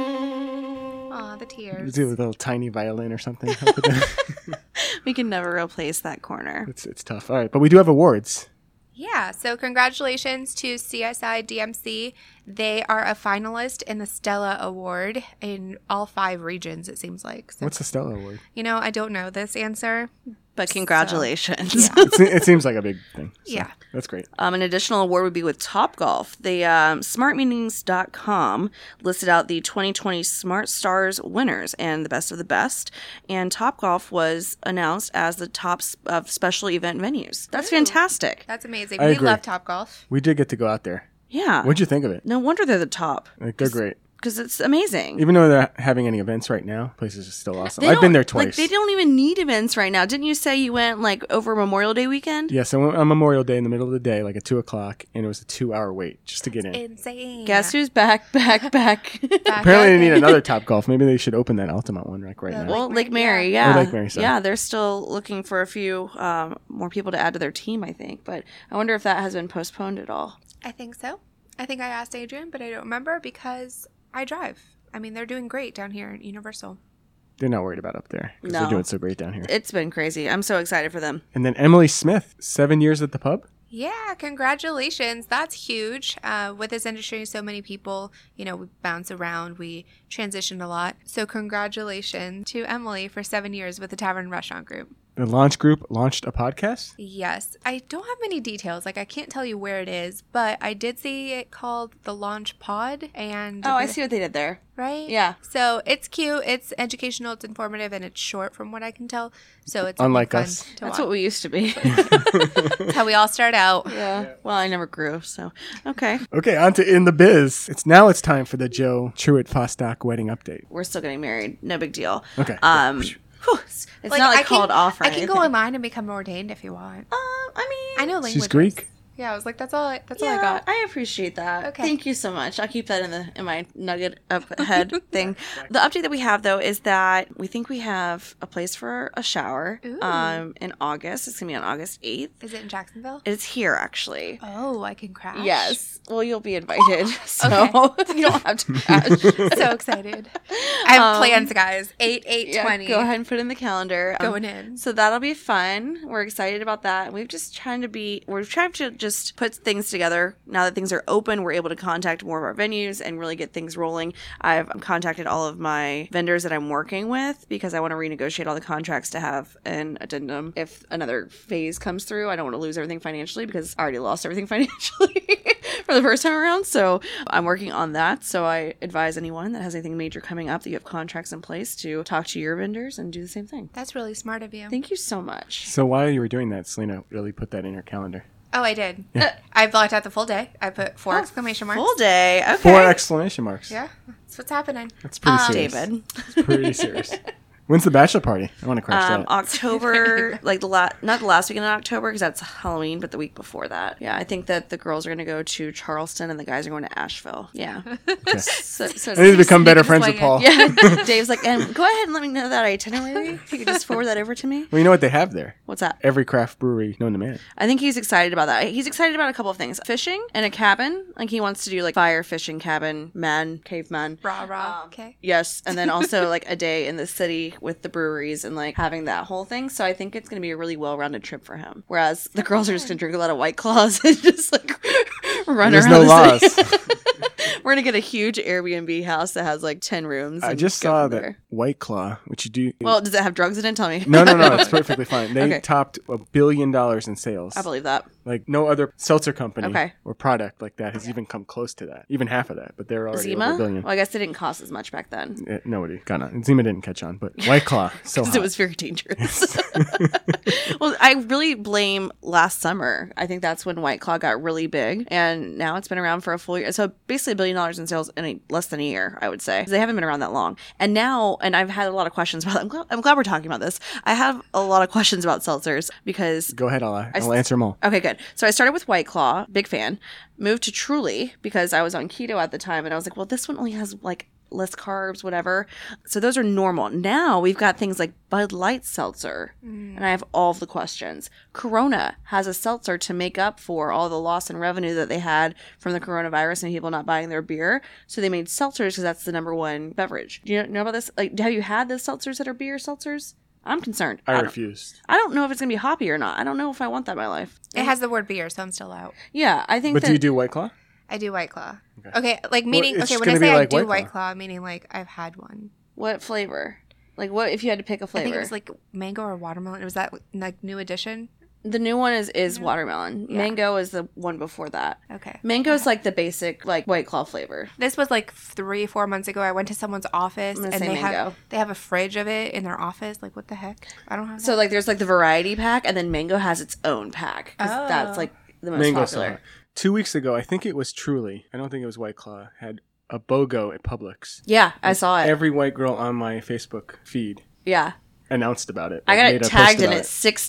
[SPEAKER 2] Aw,
[SPEAKER 1] We
[SPEAKER 2] the tears.
[SPEAKER 1] Do a little tiny violin or something.
[SPEAKER 3] [LAUGHS]
[SPEAKER 1] Help with that.
[SPEAKER 3] We can never replace that corner.
[SPEAKER 1] it's, it's tough. All right, but we do have awards.
[SPEAKER 2] Yeah, so congratulations to CSI DMC. They are a finalist in the Stella Award in all five regions, it seems like. So,
[SPEAKER 1] What's the Stella
[SPEAKER 3] [LAUGHS]
[SPEAKER 1] Award?
[SPEAKER 2] you know, I don't know this answer.
[SPEAKER 3] But congratulations.
[SPEAKER 1] It, se- it seems like a big thing. so
[SPEAKER 2] Yeah.
[SPEAKER 1] That's great.
[SPEAKER 3] Um, an additional award would be with Topgolf. The um, smartmeetings.com listed out the 2020 Smart Stars winners and the best of the best. And Topgolf was announced as the top s- of special event venues. That's fantastic.
[SPEAKER 2] That's amazing.
[SPEAKER 1] I
[SPEAKER 2] we
[SPEAKER 1] agree.
[SPEAKER 2] love Top Golf.
[SPEAKER 1] We did get to go out there.
[SPEAKER 3] Yeah.
[SPEAKER 1] What'd you think of it?
[SPEAKER 3] no wonder they're the top
[SPEAKER 1] Like, they're great.
[SPEAKER 3] because it's amazing.
[SPEAKER 1] Even though they're not having any events right now, places are still awesome.
[SPEAKER 3] They
[SPEAKER 1] I've been
[SPEAKER 3] don't-
[SPEAKER 1] there
[SPEAKER 3] Like,
[SPEAKER 1] twice.
[SPEAKER 3] they don't even need events right now. Didn't you say you went like over Memorial Day weekend?
[SPEAKER 1] Yes, I went on Memorial Day in the middle of the day, like at two o'clock, and it was a two-hour wait just to get in.
[SPEAKER 2] Insane.
[SPEAKER 3] Guess who's back, [LAUGHS] back, back?
[SPEAKER 2] Back
[SPEAKER 1] Apparently,
[SPEAKER 2] up.
[SPEAKER 1] they need another
[SPEAKER 3] [LAUGHS]
[SPEAKER 1] Top Golf. Maybe they should open that Altamont one like right
[SPEAKER 2] Yeah,
[SPEAKER 1] now.
[SPEAKER 2] well-
[SPEAKER 3] Well,
[SPEAKER 2] Lake
[SPEAKER 3] Lake
[SPEAKER 2] Mary,
[SPEAKER 3] Mary, yeah.
[SPEAKER 1] Or Lake Mary, sorry.
[SPEAKER 3] Yeah, they're still looking for a few um, more people to add to their team, I think. But I wonder if that has been postponed at all.
[SPEAKER 2] I think so. I think I asked Adrian, but I don't remember because I drive. I mean, they're doing great down here at Universal.
[SPEAKER 1] They're not worried about up there 'cause they're
[SPEAKER 3] No.
[SPEAKER 1] doing so great down here.
[SPEAKER 3] It's been crazy. I'm so excited for them.
[SPEAKER 1] And then Emily Smith, seven years at the pub.
[SPEAKER 2] Yeah, congratulations. That's huge. Uh, with this industry, so many people, you know, we bounce around, we transition a lot. So, congratulations to Emily for seven years with the Tavern Restaurant Group.
[SPEAKER 1] The launch group launched a podcast.
[SPEAKER 2] Yes, I don't have many details. Like, I can't tell you where it is, but I did see it called the Launch Pod. And
[SPEAKER 3] Oh, I see what they did there.
[SPEAKER 2] Right?
[SPEAKER 3] Yeah.
[SPEAKER 2] So it's cute, it's educational, it's informative, and it's short from what I can tell. So it's
[SPEAKER 1] Unlike
[SPEAKER 2] fun
[SPEAKER 1] us.
[SPEAKER 2] To watch.
[SPEAKER 3] That's what we used to [LAUGHS] be.
[SPEAKER 2] That's how we all start out.
[SPEAKER 3] yeah. Well, I never grew, so okay.
[SPEAKER 1] Okay, on to in the biz. It's now it's time for the Joe Truitt Fostock wedding update.
[SPEAKER 3] We're still getting married. No big deal.
[SPEAKER 1] Okay.
[SPEAKER 3] Um, whew, it's not like called
[SPEAKER 2] can,
[SPEAKER 3] off. Or
[SPEAKER 2] I can go
[SPEAKER 3] anything.
[SPEAKER 2] online and become ordained if you want.
[SPEAKER 3] Um, I mean,
[SPEAKER 2] I know languages.
[SPEAKER 1] She's Greek.
[SPEAKER 2] Yeah, I was like, that's all. I, that's all
[SPEAKER 3] yeah,
[SPEAKER 2] I got.
[SPEAKER 3] I appreciate that.
[SPEAKER 2] Okay.
[SPEAKER 3] Thank you so much. I'll keep that in the in my nugget
[SPEAKER 2] [LAUGHS]
[SPEAKER 3] up head thing. The update that we have though is that we think we have a place for a shower
[SPEAKER 2] Ooh.
[SPEAKER 3] um in August. It's gonna be on August eighth.
[SPEAKER 2] Is it in Jacksonville?
[SPEAKER 3] It's here actually.
[SPEAKER 2] Oh, I can crash.
[SPEAKER 3] Yes. Well, you'll be invited, [LAUGHS] so [LAUGHS] you don't have to crash.
[SPEAKER 2] [LAUGHS] so excited. [LAUGHS] I have
[SPEAKER 3] Um,
[SPEAKER 2] plans, guys. Eight, eight,
[SPEAKER 3] Yeah,
[SPEAKER 2] twenty.
[SPEAKER 3] Go ahead and put in the calendar. Um,
[SPEAKER 2] Going in.
[SPEAKER 3] so that'll be fun. We're excited about that. We've just trying to be we're trying to just put things together. Now that things are open, we're able to contact more of our venues and really get things rolling. I've contacted all of my vendors that I'm working with because I want to renegotiate all the contracts to have an addendum if another phase comes through. I don't want to lose everything financially because I already lost everything [LAUGHS] financially for the first time around. So I'm working on that. So I advise anyone that has anything major coming up that you have contracts in place to talk to your vendors and do the same thing.
[SPEAKER 2] That's really smart of you.
[SPEAKER 3] Thank you so much.
[SPEAKER 1] So while you were doing that, Selena really put that in her calendar.
[SPEAKER 2] oh, I did. I blocked out the full day. I put four exclamation marks.
[SPEAKER 3] Full day. Okay.
[SPEAKER 1] Four exclamation marks.
[SPEAKER 2] Yeah, that's what's happening.
[SPEAKER 1] That's pretty
[SPEAKER 2] Um,
[SPEAKER 1] serious.
[SPEAKER 3] Ah, David.
[SPEAKER 1] It's pretty
[SPEAKER 3] [LAUGHS]
[SPEAKER 1] serious. When's the bachelor party? I want to crash [LAUGHS]
[SPEAKER 3] Um,
[SPEAKER 1] that.
[SPEAKER 3] October, like the la- not the last weekend in October because that's Halloween, but the week before that. Yeah, I think that the girls are going to go to Charleston and the guys are going to Asheville. Yeah. [LAUGHS] So, so
[SPEAKER 1] I need to become better
[SPEAKER 2] sneak
[SPEAKER 1] friends with
[SPEAKER 2] this
[SPEAKER 1] Paul.
[SPEAKER 2] way
[SPEAKER 3] [LAUGHS]
[SPEAKER 1] [LAUGHS]
[SPEAKER 3] yeah. Dave's like, and go ahead and let me know that itinerary. If you could just forward that over to me.
[SPEAKER 1] Well, you know what they have there?
[SPEAKER 3] What's that?
[SPEAKER 1] Every craft brewery known to man.
[SPEAKER 3] I think he's excited about that. He's excited about a couple of things: fishing and a cabin. Like he wants to do like fire fishing cabin, man, caveman.
[SPEAKER 2] Rah rah. okay.
[SPEAKER 3] Yes, and then also like a day in the city with the breweries and like having that whole thing. So I think it's going to be a really well-rounded trip for him. Whereas the girls are just going to drink a lot of white claws [LAUGHS] and just like run
[SPEAKER 1] There's
[SPEAKER 3] around.
[SPEAKER 1] no
[SPEAKER 3] the
[SPEAKER 1] laws.
[SPEAKER 3] [LAUGHS] City. We're going to get a huge Airbnb house that has like ten rooms.
[SPEAKER 1] I
[SPEAKER 3] and
[SPEAKER 1] just
[SPEAKER 3] go
[SPEAKER 1] saw
[SPEAKER 3] from
[SPEAKER 1] that
[SPEAKER 3] there.
[SPEAKER 1] White Claw, which you do.
[SPEAKER 3] Well, does it have drugs in it? Tell me.
[SPEAKER 1] no, no, no. It's perfectly fine. They
[SPEAKER 3] Okay.
[SPEAKER 1] topped a billion dollars in sales.
[SPEAKER 3] [LAUGHS] I believe that.
[SPEAKER 1] Like no other seltzer company
[SPEAKER 3] Okay.
[SPEAKER 1] or product like that has even come close to that. Even half of that, but they're already over
[SPEAKER 3] Zima.
[SPEAKER 1] a billion.
[SPEAKER 3] Well, I guess it didn't cost as much back then.
[SPEAKER 1] Eh, nobody got on. Zima didn't catch on, but White
[SPEAKER 3] [LAUGHS]
[SPEAKER 1] Claw so
[SPEAKER 3] because
[SPEAKER 1] hot.
[SPEAKER 3] it was
[SPEAKER 1] [LAUGHS]
[SPEAKER 3] very dangerous. [LAUGHS] well, I really blame last summer. I think that's when White Claw got really big, and now it's been around for a full year. So basically, a billion dollars in sales in a, less than a year, I would say. 'Cause They haven't been around that long, and now, and I've had a lot of questions about. I'm glad, I'm glad we're talking about this. I have a lot of questions about seltzers because
[SPEAKER 1] Go ahead, I'll, I'll answer them all.
[SPEAKER 3] Okay, good. So I started with White Claw, big fan. Moved to Truly because I was on keto at the time, and I was like, well, this one only has like less carbs, whatever. So those are normal. Now we've got things like Bud Light Seltzer, and I have all of the questions. Corona has a seltzer to make up for all the loss in revenue that they had from the coronavirus and people not buying their beer. So they made seltzers because that's the number one beverage. Do you know about this? Like, have you had the seltzers that are beer seltzers? I'm concerned.
[SPEAKER 1] I,
[SPEAKER 3] I don't,
[SPEAKER 1] refused.
[SPEAKER 3] I don't know if it's gonna be hoppy or not. I don't know if I want that in my life.
[SPEAKER 2] It has the word beer, so I'm still out.
[SPEAKER 3] Yeah, I think.
[SPEAKER 1] But
[SPEAKER 3] that,
[SPEAKER 1] do you do White Claw?
[SPEAKER 2] I do White Claw.
[SPEAKER 1] Okay.
[SPEAKER 2] Okay, like meaning.
[SPEAKER 1] it's
[SPEAKER 2] okay,
[SPEAKER 1] just
[SPEAKER 2] when I
[SPEAKER 1] gonna be
[SPEAKER 2] say
[SPEAKER 1] like
[SPEAKER 2] I do
[SPEAKER 1] White
[SPEAKER 2] White,
[SPEAKER 1] Claw.
[SPEAKER 2] Claw, meaning like I've had one.
[SPEAKER 3] what flavor? Like what if you had to pick a
[SPEAKER 2] I think
[SPEAKER 3] flavor?
[SPEAKER 2] it was like mango or watermelon. It was that like new edition.
[SPEAKER 3] the new one is is watermelon.
[SPEAKER 2] Yeah.
[SPEAKER 3] Mango is the one before that.
[SPEAKER 2] Okay.
[SPEAKER 3] Mango's like the basic like white claw flavor.
[SPEAKER 2] This was like three, four months ago. I went to someone's office
[SPEAKER 3] I'm gonna
[SPEAKER 2] and
[SPEAKER 3] say
[SPEAKER 2] they have
[SPEAKER 3] mango.
[SPEAKER 2] they have a fridge of it in their office. Like what the heck? I don't have
[SPEAKER 3] So
[SPEAKER 2] that.
[SPEAKER 3] like there's like the variety pack and then mango has its own pack 'cause
[SPEAKER 2] Oh.
[SPEAKER 3] that's like the most
[SPEAKER 1] Mango
[SPEAKER 3] popular.
[SPEAKER 1] soda. Two weeks ago, I think it was Truly. I don't think it was White Claw. Had a BOGO at Publix.
[SPEAKER 3] Yeah, I saw it.
[SPEAKER 1] Every white girl on my Facebook feed
[SPEAKER 3] yeah.
[SPEAKER 1] announced about it.
[SPEAKER 3] I
[SPEAKER 1] like,
[SPEAKER 3] got
[SPEAKER 1] made
[SPEAKER 3] it
[SPEAKER 1] a post
[SPEAKER 3] tagged in
[SPEAKER 1] about
[SPEAKER 3] it, six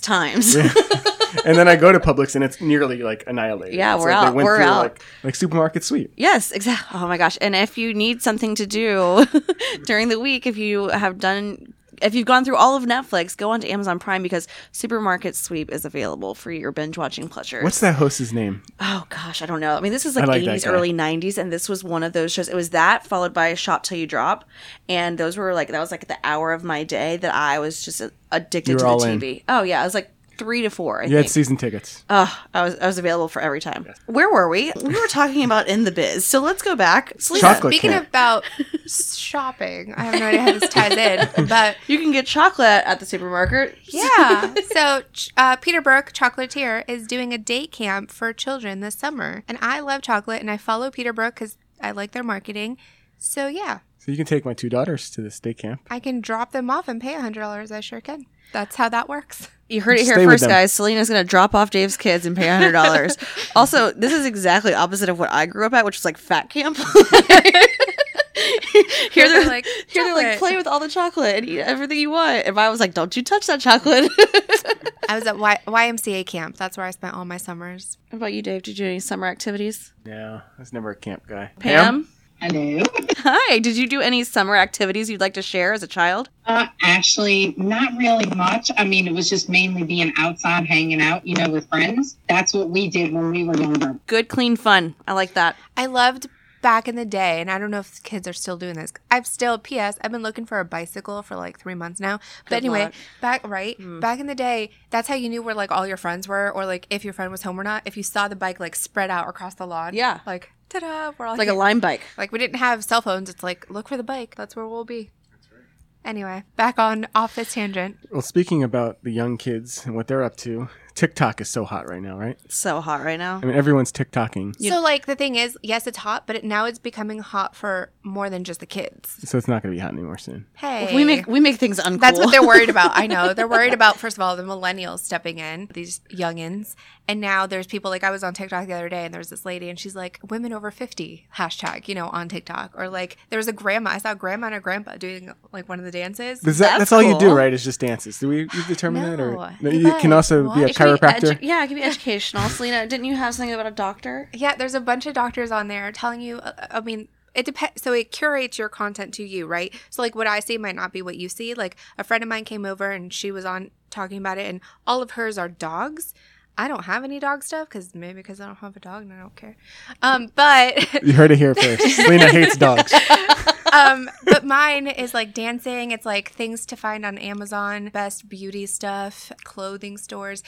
[SPEAKER 1] [LAUGHS]
[SPEAKER 3] times.
[SPEAKER 1] and then I go to Publix and it's nearly like annihilated.
[SPEAKER 3] Yeah,
[SPEAKER 1] It's
[SPEAKER 3] we're
[SPEAKER 1] like they
[SPEAKER 3] out.
[SPEAKER 1] went
[SPEAKER 3] We're
[SPEAKER 1] through,
[SPEAKER 3] out.
[SPEAKER 1] Like, like supermarket sweep.
[SPEAKER 3] Yes, exactly. [LAUGHS] Oh my gosh. And if you need something to do [LAUGHS] during the week, if you have done, if you've gone through all of Netflix, go onto Amazon Prime because Supermarket Sweep is available for your binge watching pleasure.
[SPEAKER 1] What's that host's name?
[SPEAKER 3] Oh gosh, I don't know. I mean, this is
[SPEAKER 1] I
[SPEAKER 3] like,
[SPEAKER 1] like that
[SPEAKER 3] 80s,
[SPEAKER 1] guy.
[SPEAKER 3] early 90s, and this was one of those shows. It was that followed by Shop Till You Drop. And those were like, that was like the hour of my day that I was just addicted
[SPEAKER 1] You were
[SPEAKER 3] to the
[SPEAKER 1] all in.
[SPEAKER 3] TV. Oh yeah, I was like three to four. I
[SPEAKER 1] You had
[SPEAKER 3] think.
[SPEAKER 1] season tickets.
[SPEAKER 3] Oh, I was I was available for every time. Where were we? We were talking about in the biz. So let's go back. Selena,
[SPEAKER 1] Chocolate
[SPEAKER 2] Speaking
[SPEAKER 1] cake.
[SPEAKER 2] about shopping, I have no idea how this ties in, but
[SPEAKER 3] You can get chocolate at the supermarket.
[SPEAKER 2] yeah. So ch- uh, Peter Burke, chocolatier, is doing a day camp for children this summer, and I love chocolate, and I follow Peter Burke because I like their marketing. So yeah,
[SPEAKER 1] So you can take my two daughters to this day camp.
[SPEAKER 2] I can drop them off and pay a hundred dollars. I sure can. That's how that works.
[SPEAKER 3] You heard it here
[SPEAKER 1] Stay with
[SPEAKER 3] first,
[SPEAKER 1] them.
[SPEAKER 3] guys. Selena's gonna drop off Dave's kids and pay hundred
[SPEAKER 1] [LAUGHS]
[SPEAKER 3] dollars. also, this is exactly opposite of what I grew up at, which was like fat camp. [LAUGHS]
[SPEAKER 2] [LAUGHS]
[SPEAKER 3] here they're
[SPEAKER 2] they're
[SPEAKER 3] like
[SPEAKER 2] like,
[SPEAKER 3] here they're like
[SPEAKER 2] "Chocolate."
[SPEAKER 3] play with all the chocolate and eat everything you want. And mine was like, don't you touch that chocolate. [LAUGHS]
[SPEAKER 2] I was at y- YMCA camp. That's where I spent all my summers.
[SPEAKER 3] what about you, Dave? Did you do any summer activities?
[SPEAKER 1] No, I was never a camp guy.
[SPEAKER 3] Pam,
[SPEAKER 5] Hello.
[SPEAKER 3] hi. Did you do any summer activities you'd like to share as a child?
[SPEAKER 5] Uh, actually, not really much. I mean, it was just mainly being outside, hanging out, you know, with friends. That's what we did when we were younger.
[SPEAKER 3] Good, clean, fun. I like that.
[SPEAKER 2] I loved back in the day, and I don't know if kids are still doing this. I've still, P.S. I've been looking for a bicycle for like three months now. But
[SPEAKER 3] Good
[SPEAKER 2] anyway,
[SPEAKER 3] luck. Mm.
[SPEAKER 2] back right back in the day, that's how you knew where like all your friends were, or like if your friend was home or not. If you saw the bike like spread out across the lawn,
[SPEAKER 3] Yeah.
[SPEAKER 2] like ta da, we're all
[SPEAKER 3] Like a
[SPEAKER 2] here.
[SPEAKER 3] lime bike.
[SPEAKER 2] Like we didn't have cell phones. It's like look for the bike. That's where we'll be. Anyway, back on off this tangent.
[SPEAKER 1] Well, speaking about the young kids and what they're up to, TikTok is so hot right now, right?
[SPEAKER 3] It's so hot right now.
[SPEAKER 1] I mean, everyone's TikToking,
[SPEAKER 2] so like the thing is, yes, it's hot, but it, now it's becoming hot for more than just the kids.
[SPEAKER 1] so it's not going to be hot anymore soon.
[SPEAKER 2] Hey,
[SPEAKER 3] We make we make things
[SPEAKER 2] [LAUGHS]
[SPEAKER 3] uncool.
[SPEAKER 2] That's what [LAUGHS] they're worried about. I know. They're worried
[SPEAKER 3] [LAUGHS]
[SPEAKER 2] about, first of all, the millennials stepping in, these youngins. And now there's people like I was on TikTok the other day and there was this lady and she's like, women over 50 hashtag, you know, on TikTok. Or like there was a grandma. I saw a grandma and a grandpa doing like one of the dances.
[SPEAKER 1] Is that,
[SPEAKER 3] That's
[SPEAKER 1] that's all you do,
[SPEAKER 3] cool.
[SPEAKER 1] right? Is just dances. Do we you determine that, or
[SPEAKER 2] No,
[SPEAKER 1] No, you can
[SPEAKER 2] but
[SPEAKER 1] also
[SPEAKER 3] [LAUGHS]
[SPEAKER 1] be a
[SPEAKER 2] what?
[SPEAKER 3] It could be
[SPEAKER 1] chiropractor?
[SPEAKER 3] edu- yeah, it could be educational. Selena, didn't you have something about a doctor?
[SPEAKER 2] Yeah, there's a bunch of doctors on there telling you. uh, I mean, it depends. So it curates your content to you, right? So like what I see might not be what you see. Like a friend of mine came over and she was on talking about it, and all of hers are dogs. I don't have any dog stuff because maybe because I don't have a dog and I don't care. Um, but [LAUGHS]
[SPEAKER 1] You heard it here
[SPEAKER 3] [LAUGHS]
[SPEAKER 1] first. Selena hates dogs.
[SPEAKER 2] um, but mine is like dancing. It's like things to find on Amazon, best beauty stuff, clothing stores.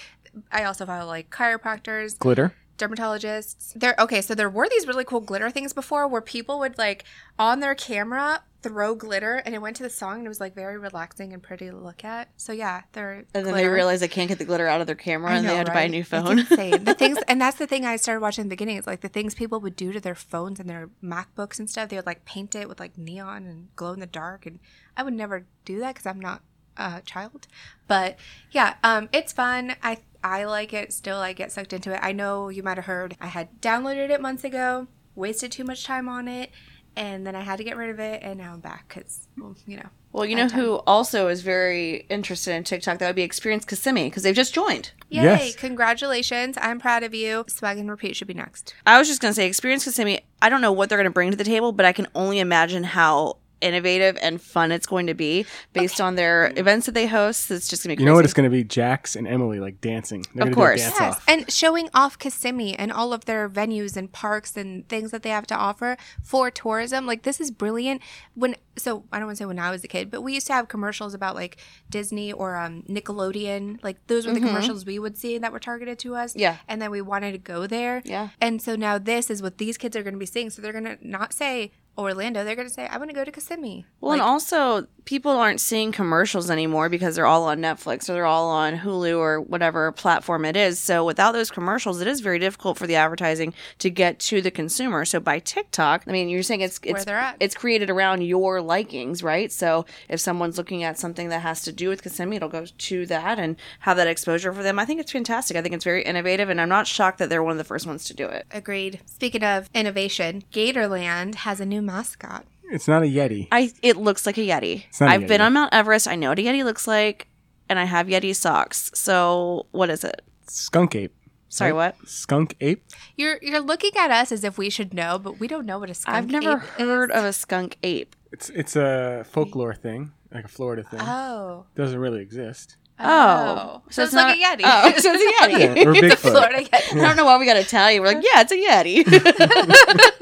[SPEAKER 2] I also follow like chiropractors,
[SPEAKER 1] Glitter.
[SPEAKER 2] dermatologists. There okay, so there were these really cool glitter things before where people would like on their camera throw glitter and it went to the song and it was like very relaxing and pretty to look at. So yeah, they're
[SPEAKER 3] And then they
[SPEAKER 2] glitter.
[SPEAKER 3] realized they can't get the glitter out of their camera
[SPEAKER 2] I
[SPEAKER 3] and they
[SPEAKER 2] know,
[SPEAKER 3] had to buy a
[SPEAKER 2] right?
[SPEAKER 3] new
[SPEAKER 2] It's [LAUGHS]
[SPEAKER 3] phone.
[SPEAKER 2] insane. the
[SPEAKER 3] [LAUGHS]
[SPEAKER 2] things and that's the thing I started watching in the beginning. It's like the things people would do to their phones and their MacBooks and stuff. They would like paint it with like neon and glow in the dark and I would never do that cuz I'm not a child. But yeah, um it's fun. I I like it still. I get sucked into it. I know you might have heard I had downloaded it months ago, wasted too much time on it, and then I had to get rid of it and now I'm back cuz well, you know.
[SPEAKER 3] well, you know who also is very interested in TikTok? That would be Experience Kissimmee because they've just joined.
[SPEAKER 2] Yay,
[SPEAKER 1] Yes.
[SPEAKER 2] congratulations. I'm proud of you. Swag and repeat should be next.
[SPEAKER 3] I was just going to say Experience Kissimmee, I don't know what they're going to bring to the table, but I can only imagine how innovative and fun it's going to be based on their events that they host. It's just gonna be
[SPEAKER 1] You know what?
[SPEAKER 3] crazy.
[SPEAKER 1] It's going to be Jax and Emily like dancing. They're gonna
[SPEAKER 3] Of
[SPEAKER 1] do a
[SPEAKER 3] course.
[SPEAKER 1] dance
[SPEAKER 2] Yes,
[SPEAKER 1] off.
[SPEAKER 2] and showing off Kissimmee and all of their venues and parks and things that they have to offer for tourism. Like this is brilliant. When so I don't want to say when I was a kid, but we used to have commercials about like Disney or um, Nickelodeon. Like those were the commercials we would see that were targeted to us.
[SPEAKER 3] Mm-hmm. Yeah.
[SPEAKER 2] and then we wanted to go there.
[SPEAKER 3] Yeah.
[SPEAKER 2] and so now this is what these kids are going to be seeing. So they're going to not say Orlando. They're going to say I want to go to Kissimmee.
[SPEAKER 3] Well, and also people aren't seeing commercials anymore because they're all on Netflix or they're all on Hulu or whatever platform it is. So without those commercials, it is very difficult for the advertising to get to the consumer. So by TikTok, I mean you're saying it's it's
[SPEAKER 2] they're at.
[SPEAKER 3] it's created around your likings, right? So if someone's looking at something that has to do with Kissimmee, it'll go to that and have that exposure for them. I think it's fantastic. I think it's very innovative, and I'm not shocked that they're one of the first ones to do it.
[SPEAKER 2] Agreed. Speaking of innovation, Gatorland has a new mascot.
[SPEAKER 1] It's not a Yeti.
[SPEAKER 3] I it looks like a Yeti.
[SPEAKER 1] not a
[SPEAKER 3] I've been
[SPEAKER 1] Yeti.
[SPEAKER 3] on Mount Everest. I know what a Yeti looks like, and I have Yeti socks. So what is it?
[SPEAKER 1] Skunk ape.
[SPEAKER 3] Sorry, what?
[SPEAKER 1] Skunk ape.
[SPEAKER 2] You're you're looking at us as if we should know, but we don't know what a skunk.
[SPEAKER 3] I've never
[SPEAKER 2] ape
[SPEAKER 3] heard
[SPEAKER 2] is.
[SPEAKER 3] of a skunk
[SPEAKER 1] [LAUGHS]
[SPEAKER 3] ape.
[SPEAKER 1] It's it's a folklore thing, like a Florida thing.
[SPEAKER 2] Oh.
[SPEAKER 1] Doesn't really exist.
[SPEAKER 3] Oh,
[SPEAKER 2] so, it's, like
[SPEAKER 3] not-
[SPEAKER 2] a yeti.
[SPEAKER 3] Oh, so it's a
[SPEAKER 1] [LAUGHS]
[SPEAKER 3] yeti.
[SPEAKER 1] Yeah, or Bigfoot.
[SPEAKER 2] Florida yeti.
[SPEAKER 3] I don't know why we got Italian. We're like, yeah, it's
[SPEAKER 1] [LAUGHS]
[SPEAKER 3] a yeti. [LAUGHS]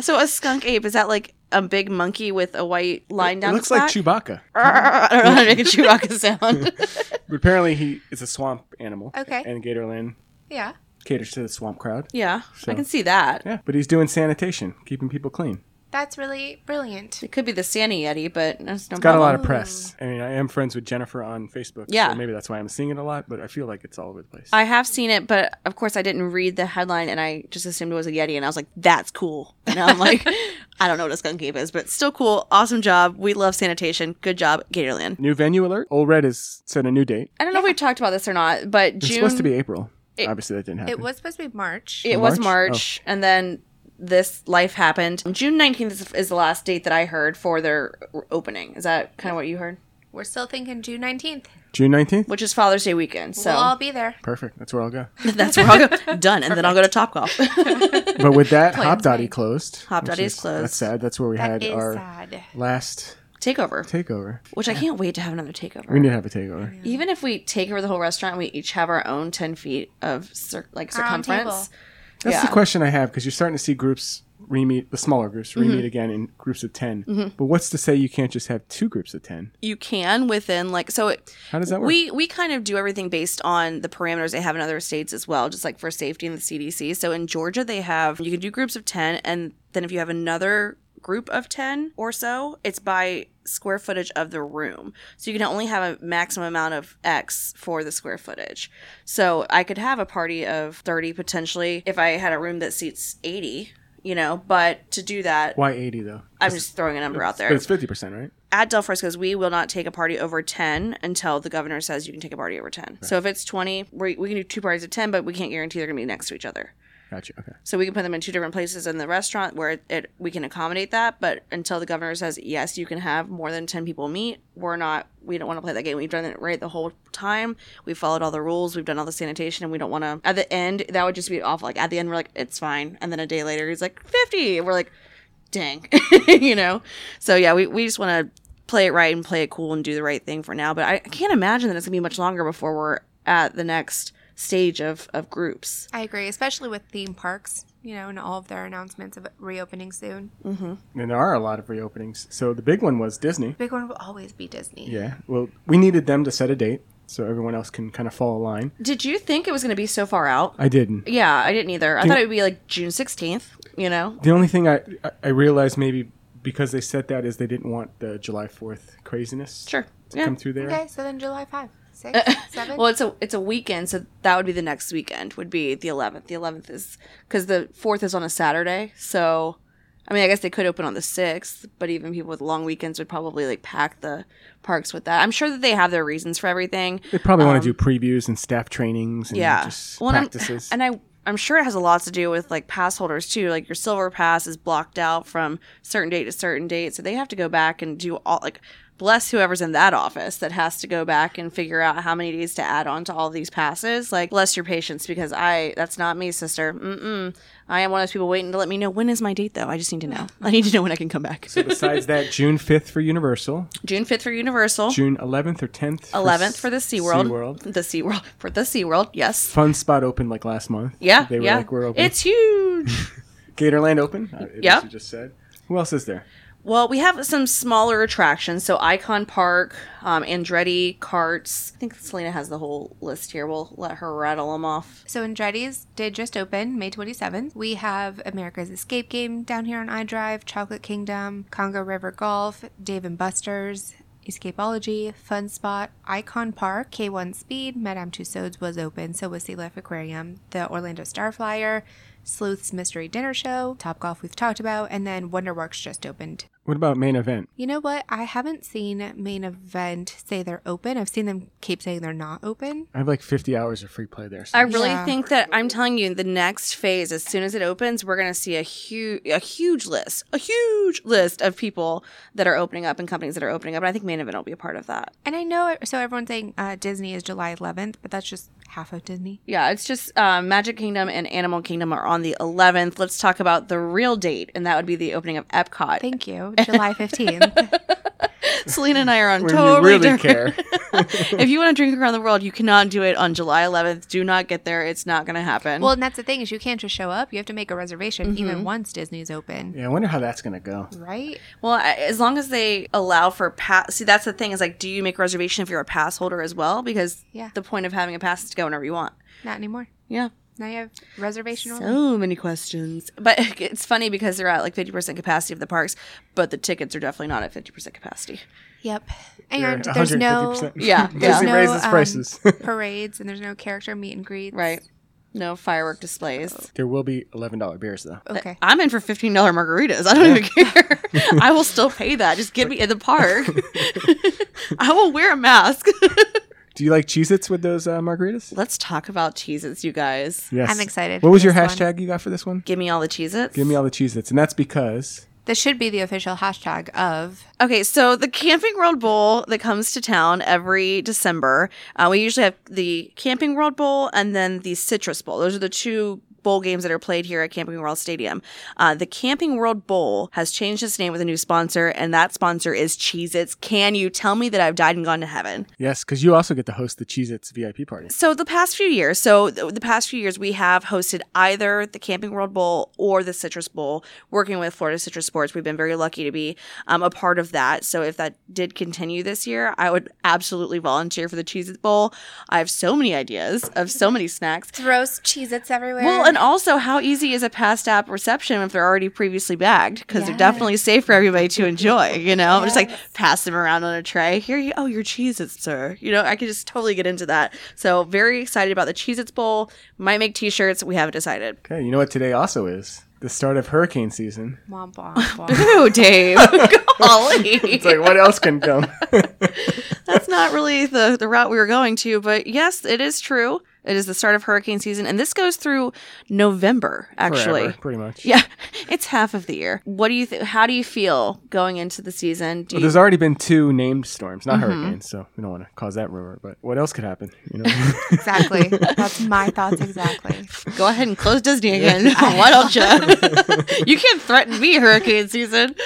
[SPEAKER 3] so a skunk ape is that like a big monkey with a white line
[SPEAKER 1] It
[SPEAKER 3] down
[SPEAKER 1] looks
[SPEAKER 3] its
[SPEAKER 1] like
[SPEAKER 3] back?
[SPEAKER 1] Chewbacca.
[SPEAKER 3] [LAUGHS] I don't know how to
[SPEAKER 1] [LAUGHS]
[SPEAKER 3] make a Chewbacca sound.
[SPEAKER 1] But apparently he is a swamp animal.
[SPEAKER 2] Okay.
[SPEAKER 1] And Gatorland
[SPEAKER 2] Yeah.
[SPEAKER 1] caters to the swamp crowd.
[SPEAKER 3] yeah,
[SPEAKER 1] So-
[SPEAKER 3] I can see that.
[SPEAKER 1] Yeah. But he's doing sanitation, keeping people clean.
[SPEAKER 2] That's really brilliant.
[SPEAKER 3] It could be the Santa Yeti, but that's no
[SPEAKER 1] It's got a
[SPEAKER 3] problem.
[SPEAKER 1] lot of press. I mean, I am friends with Jennifer on Facebook.
[SPEAKER 3] Oh. Yeah.
[SPEAKER 1] So maybe that's why I'm seeing it a lot, but I feel like it's all over the place.
[SPEAKER 3] I have seen it, but of course I didn't read the headline and I just assumed it was a Yeti and I was like, that's cool. And now
[SPEAKER 1] [LAUGHS]
[SPEAKER 3] I'm like, I don't know what a skunk ape is, but still cool. Awesome job. We love sanitation. Good job, Gatorland.
[SPEAKER 1] new venue alert. Old Red has set a new date.
[SPEAKER 3] I don't know if we've talked about this or not, but
[SPEAKER 1] It's
[SPEAKER 3] June.
[SPEAKER 1] supposed to be April.
[SPEAKER 3] It-
[SPEAKER 1] Obviously, that didn't happen.
[SPEAKER 2] It was supposed to be March.
[SPEAKER 3] It was
[SPEAKER 1] March? Oh.
[SPEAKER 3] March, and then this life happened. June 19th is, is the last date that I heard for their opening. Is that kind of what you heard?
[SPEAKER 2] We're still thinking June nineteenth.
[SPEAKER 1] June 19th.
[SPEAKER 3] Which is Father's Day weekend. So
[SPEAKER 2] We'll all be there.
[SPEAKER 1] Perfect. That's where I'll go.
[SPEAKER 3] [LAUGHS] that's where I'll go.
[SPEAKER 1] [LAUGHS]
[SPEAKER 3] Done. And then I'll go to Topgolf.
[SPEAKER 1] But with
[SPEAKER 3] [LAUGHS]
[SPEAKER 1] that, Hop Dotty closed.
[SPEAKER 3] Hop
[SPEAKER 1] which
[SPEAKER 3] Dotty is closed.
[SPEAKER 1] That's sad. That's where we
[SPEAKER 2] That
[SPEAKER 1] had
[SPEAKER 2] is
[SPEAKER 1] our
[SPEAKER 2] sad.
[SPEAKER 1] last
[SPEAKER 3] [LAUGHS] takeover,
[SPEAKER 1] takeover.
[SPEAKER 3] which I can't wait to have another takeover.
[SPEAKER 1] We need to have a takeover.
[SPEAKER 2] Mm-hmm.
[SPEAKER 3] Even if we take over the whole restaurant, we each have our own ten feet of cir- like
[SPEAKER 2] Our own
[SPEAKER 3] circumference.
[SPEAKER 1] That's
[SPEAKER 3] Yeah.
[SPEAKER 1] the question I have because you're starting to see groups re-meet, the smaller groups re-meet
[SPEAKER 3] Mm-hmm.
[SPEAKER 1] again in groups of 10. But what's to say you can't just have two groups of 10?
[SPEAKER 3] You can within like so. It,
[SPEAKER 1] How does that work?
[SPEAKER 3] We we kind of do everything based on the parameters they have in other states as well, just like for safety in the CDC. So in Georgia, they have you can do groups of ten, and then if you have another group of ten or so, it's by square footage of the room. So you can only have a maximum amount of X for the square footage. So I could have a party of thirty potentially if I had a room that seats eighty. You know, but to do that,
[SPEAKER 1] Why 80 though?
[SPEAKER 3] I'm just throwing a number out there
[SPEAKER 1] But it's 50%, right?
[SPEAKER 3] at Del Frisco's, we will not take a party over 10 until the governor says you can take a party over 10. So if it's 20, we, we can do two parties of 10, but we can't guarantee they're going to be next to each other.
[SPEAKER 1] Gotcha. Okay.
[SPEAKER 3] So we can put them in two different places in the restaurant where it, it we can accommodate that. But until the governor says, yes, you can have more than 10 people meet, we're not, we don't want to play that game. We've done it right the whole time. We followed all the rules. We've done all the sanitation and we don't want to, at the end, that would just be awful. Like at the end, we're like, it's fine. And then a day later, he's like, 50. And we're like, dang [LAUGHS] you know so yeah we, we just want to play it right and play it cool and do the right thing for now but i, I can't imagine that it's gonna be much longer before we're at the next stage of of groups
[SPEAKER 2] I agree, especially with theme parks, you know, and all of their announcements of reopening soon.
[SPEAKER 1] And there are a lot of reopenings. So the big one was Disney.
[SPEAKER 2] Big one will always be Disney.
[SPEAKER 1] Yeah. Well, we needed them to set a date so everyone else can kind of fall in line.
[SPEAKER 3] did you think it was gonna be so far out
[SPEAKER 1] I didn't.
[SPEAKER 3] yeah i didn't either i thought it would be like june 16th you know
[SPEAKER 1] The only thing I I- I realized maybe because they said that is they didn't want the July 4th craziness
[SPEAKER 3] sure
[SPEAKER 1] to
[SPEAKER 3] yeah
[SPEAKER 1] come through there.
[SPEAKER 2] Okay, so then July five,
[SPEAKER 3] [LAUGHS]
[SPEAKER 2] six, seven.
[SPEAKER 3] well it's a it's a weekend so that would be the next weekend would be the 11th the 11th is because the 4th is on a saturday so i mean i guess they could open on the 6th but even people with long weekends would probably like pack the parks with that i'm sure that they have their reasons for everything
[SPEAKER 1] They probably want to do previews and staff trainings and
[SPEAKER 3] Um, yeah
[SPEAKER 1] just
[SPEAKER 3] Well, and I'm-
[SPEAKER 1] practices.
[SPEAKER 3] [LAUGHS] and i i'm sure it has a lot to do with like pass holders too like your silver pass is blocked out from certain date to certain date so they have to go back and do all like bless whoever's in that office that has to go back and figure out how many days to add on to all these passes. Like, bless your patience because I, that's not me, sister. Mm-mm. I am one of those people waiting to let me know when is my date, though. I just need to know. I need to know when I can come back.
[SPEAKER 1] So besides that, June 5th for Universal,
[SPEAKER 3] [LAUGHS] June 5th for Universal,
[SPEAKER 1] June 11th or 10th?
[SPEAKER 3] 11th Oh. for the
[SPEAKER 1] Sea
[SPEAKER 3] SeaWorld.
[SPEAKER 1] World.
[SPEAKER 3] The SeaWorld. For the SeaWorld, yes.
[SPEAKER 1] Fun spot opened like last month.
[SPEAKER 3] Yeah,
[SPEAKER 1] They were
[SPEAKER 3] yeah.
[SPEAKER 1] like, we're open.
[SPEAKER 3] It's huge.
[SPEAKER 1] Gatorland open. uh, as
[SPEAKER 3] Yeah.
[SPEAKER 1] You just said. Who else is there?
[SPEAKER 3] well, we have some smaller attractions. So Icon Park, um, Andretti, Carts. I think Selena has the whole list here. We'll let her rattle them off.
[SPEAKER 2] So Andretti's did just open May 27th. We have America's Escape Game down here on iDrive, Chocolate Kingdom, Congo River Golf, Dave and Buster's, Escapeology, Fun Spot, Icon Park, K1 Speed, Madame Tussauds was open, so was Sea Life Aquarium, the Orlando Star Flyer, Sleuth's Mystery Dinner Show, Top Golf we've talked about, and then Wonderworks just opened.
[SPEAKER 1] What about main event?
[SPEAKER 2] You know what? I haven't seen main event say they're open. I've seen them keep saying they're not open.
[SPEAKER 1] I have like 50 hours of free play there. so-
[SPEAKER 3] I really
[SPEAKER 2] Yeah.
[SPEAKER 3] think that I'm telling you, the next phase, as soon as it opens, we're going to see a huge, a huge list, a huge list of people that are opening up and companies that are opening up. And I think Main Event will be a part of that.
[SPEAKER 2] And I know, it- so everyone's saying uh, Disney is July 11th, but that's just half of Disney.
[SPEAKER 3] Yeah, it's just uh, Magic Kingdom and Animal Kingdom are on the 11th. Let's talk about the real date, and that would be the opening of Epcot.
[SPEAKER 2] Thank [LAUGHS] you. July 15th.
[SPEAKER 3] Selena and I are on
[SPEAKER 1] When
[SPEAKER 3] totally
[SPEAKER 1] you really care.
[SPEAKER 3] different. [LAUGHS] if you want to drink around the world, you cannot do it on July 11th. Do not get there; it's not going to happen.
[SPEAKER 2] well, and Mm-hmm. that's the thing is you can't just show up. You have to make a reservation even once Disney's open.
[SPEAKER 1] Yeah, I wonder how that's gonna go.
[SPEAKER 2] Right?
[SPEAKER 3] Well, I- as long as they allow for pass, see that's the thing is like, do you make a reservation if you're a pass holder as well? Because
[SPEAKER 2] Yeah.
[SPEAKER 3] the point of having a pass is to go whenever you want.
[SPEAKER 2] Not anymore.
[SPEAKER 3] Yeah.
[SPEAKER 2] Now you have reservation only.
[SPEAKER 3] So many questions, but [LAUGHS] it's funny because they're at like fifty percent capacity of the parks, but the tickets are definitely not at fifty percent capacity.
[SPEAKER 2] Yep.
[SPEAKER 1] You're
[SPEAKER 2] And
[SPEAKER 1] at
[SPEAKER 2] there's no
[SPEAKER 1] 150%.
[SPEAKER 3] [LAUGHS] Yeah, yeah.
[SPEAKER 2] there's
[SPEAKER 1] Disney
[SPEAKER 2] no,
[SPEAKER 1] raises
[SPEAKER 2] um,
[SPEAKER 1] prices.
[SPEAKER 2] parades and there's no character meet and greets.
[SPEAKER 3] right. No firework displays.
[SPEAKER 1] [LAUGHS] there will be eleven dollar beers though.
[SPEAKER 2] Okay.
[SPEAKER 3] I'm in for fifteen dollar margaritas. I don't even
[SPEAKER 1] [LAUGHS]
[SPEAKER 3] care. I will still pay that. Just get me in the park. I will wear a mask. [LAUGHS]
[SPEAKER 1] Do you like Cheez Its with those uh, margaritas?
[SPEAKER 3] Let's talk about Cheez-Its, you guys.
[SPEAKER 1] Yes.
[SPEAKER 2] I'm excited
[SPEAKER 1] What
[SPEAKER 2] for
[SPEAKER 1] was your
[SPEAKER 2] this
[SPEAKER 1] hashtag you got for this one?
[SPEAKER 3] Give me all the Cheez-Its.
[SPEAKER 1] Give me all the Cheez Its. And that's because
[SPEAKER 2] This should be the official hashtag of
[SPEAKER 3] Okay, so the Camping World Bowl that comes to town every December, uh, we usually have the Camping World Bowl and then the Citrus Bowl. Those are the two bowl games that are played here at Camping World Stadium. Uh, the Camping World Bowl has changed its name with a new sponsor, and that sponsor is Cheez Its. Can you tell me that I've died and gone to heaven?
[SPEAKER 1] yes, because you also get to host the Cheez Its VIP party.
[SPEAKER 3] So the past few years, so th- the past few years, we have hosted either the Camping World Bowl or the Citrus Bowl. Working with Florida Citrus Sports, we've been very lucky to be um, a part of that. So if that did continue this year, I would absolutely volunteer for the Cheez It Bowl. I have so many ideas of so many snacks.
[SPEAKER 2] throws Cheez Its everywhere.
[SPEAKER 3] Well, and also, how easy is a past app reception if they're already previously bagged? Because they're definitely safe for everybody to enjoy. You know, just like pass them around on a tray. Here you, oh, your Cheez Its, sir. You know, I could just totally get into that. So, very excited about the Cheez Its Bowl. Might make t shirts. We haven't decided. [LAUGHS]
[SPEAKER 1] Okay, you know what today also is? The start of hurricane season.
[SPEAKER 2] Womp womp womp.
[SPEAKER 3] Boo, Dave. [LAUGHS] Golly.
[SPEAKER 1] [LAUGHS] It's like what else can come?
[SPEAKER 3] That's not really the, the route we were going to, but yes, it is true. It is the start of hurricane season, and this goes through November, [LAUGHS] actually.
[SPEAKER 1] Forever, pretty much.
[SPEAKER 3] Yeah, it's half of the year. What do you? Th- how do you feel going into the season? Do
[SPEAKER 1] Well,
[SPEAKER 3] you-
[SPEAKER 1] there's already been two named storms,
[SPEAKER 3] Mm-hmm.
[SPEAKER 1] not hurricanes, so we don't want to cause that rumor. But what else could happen? You know,
[SPEAKER 2] [LAUGHS]
[SPEAKER 1] [LAUGHS]
[SPEAKER 2] [LAUGHS] exactly. That's my thoughts exactly.
[SPEAKER 3] go ahead and close Disney again. [LAUGHS] Why don't you? you can't threaten me, hurricane season.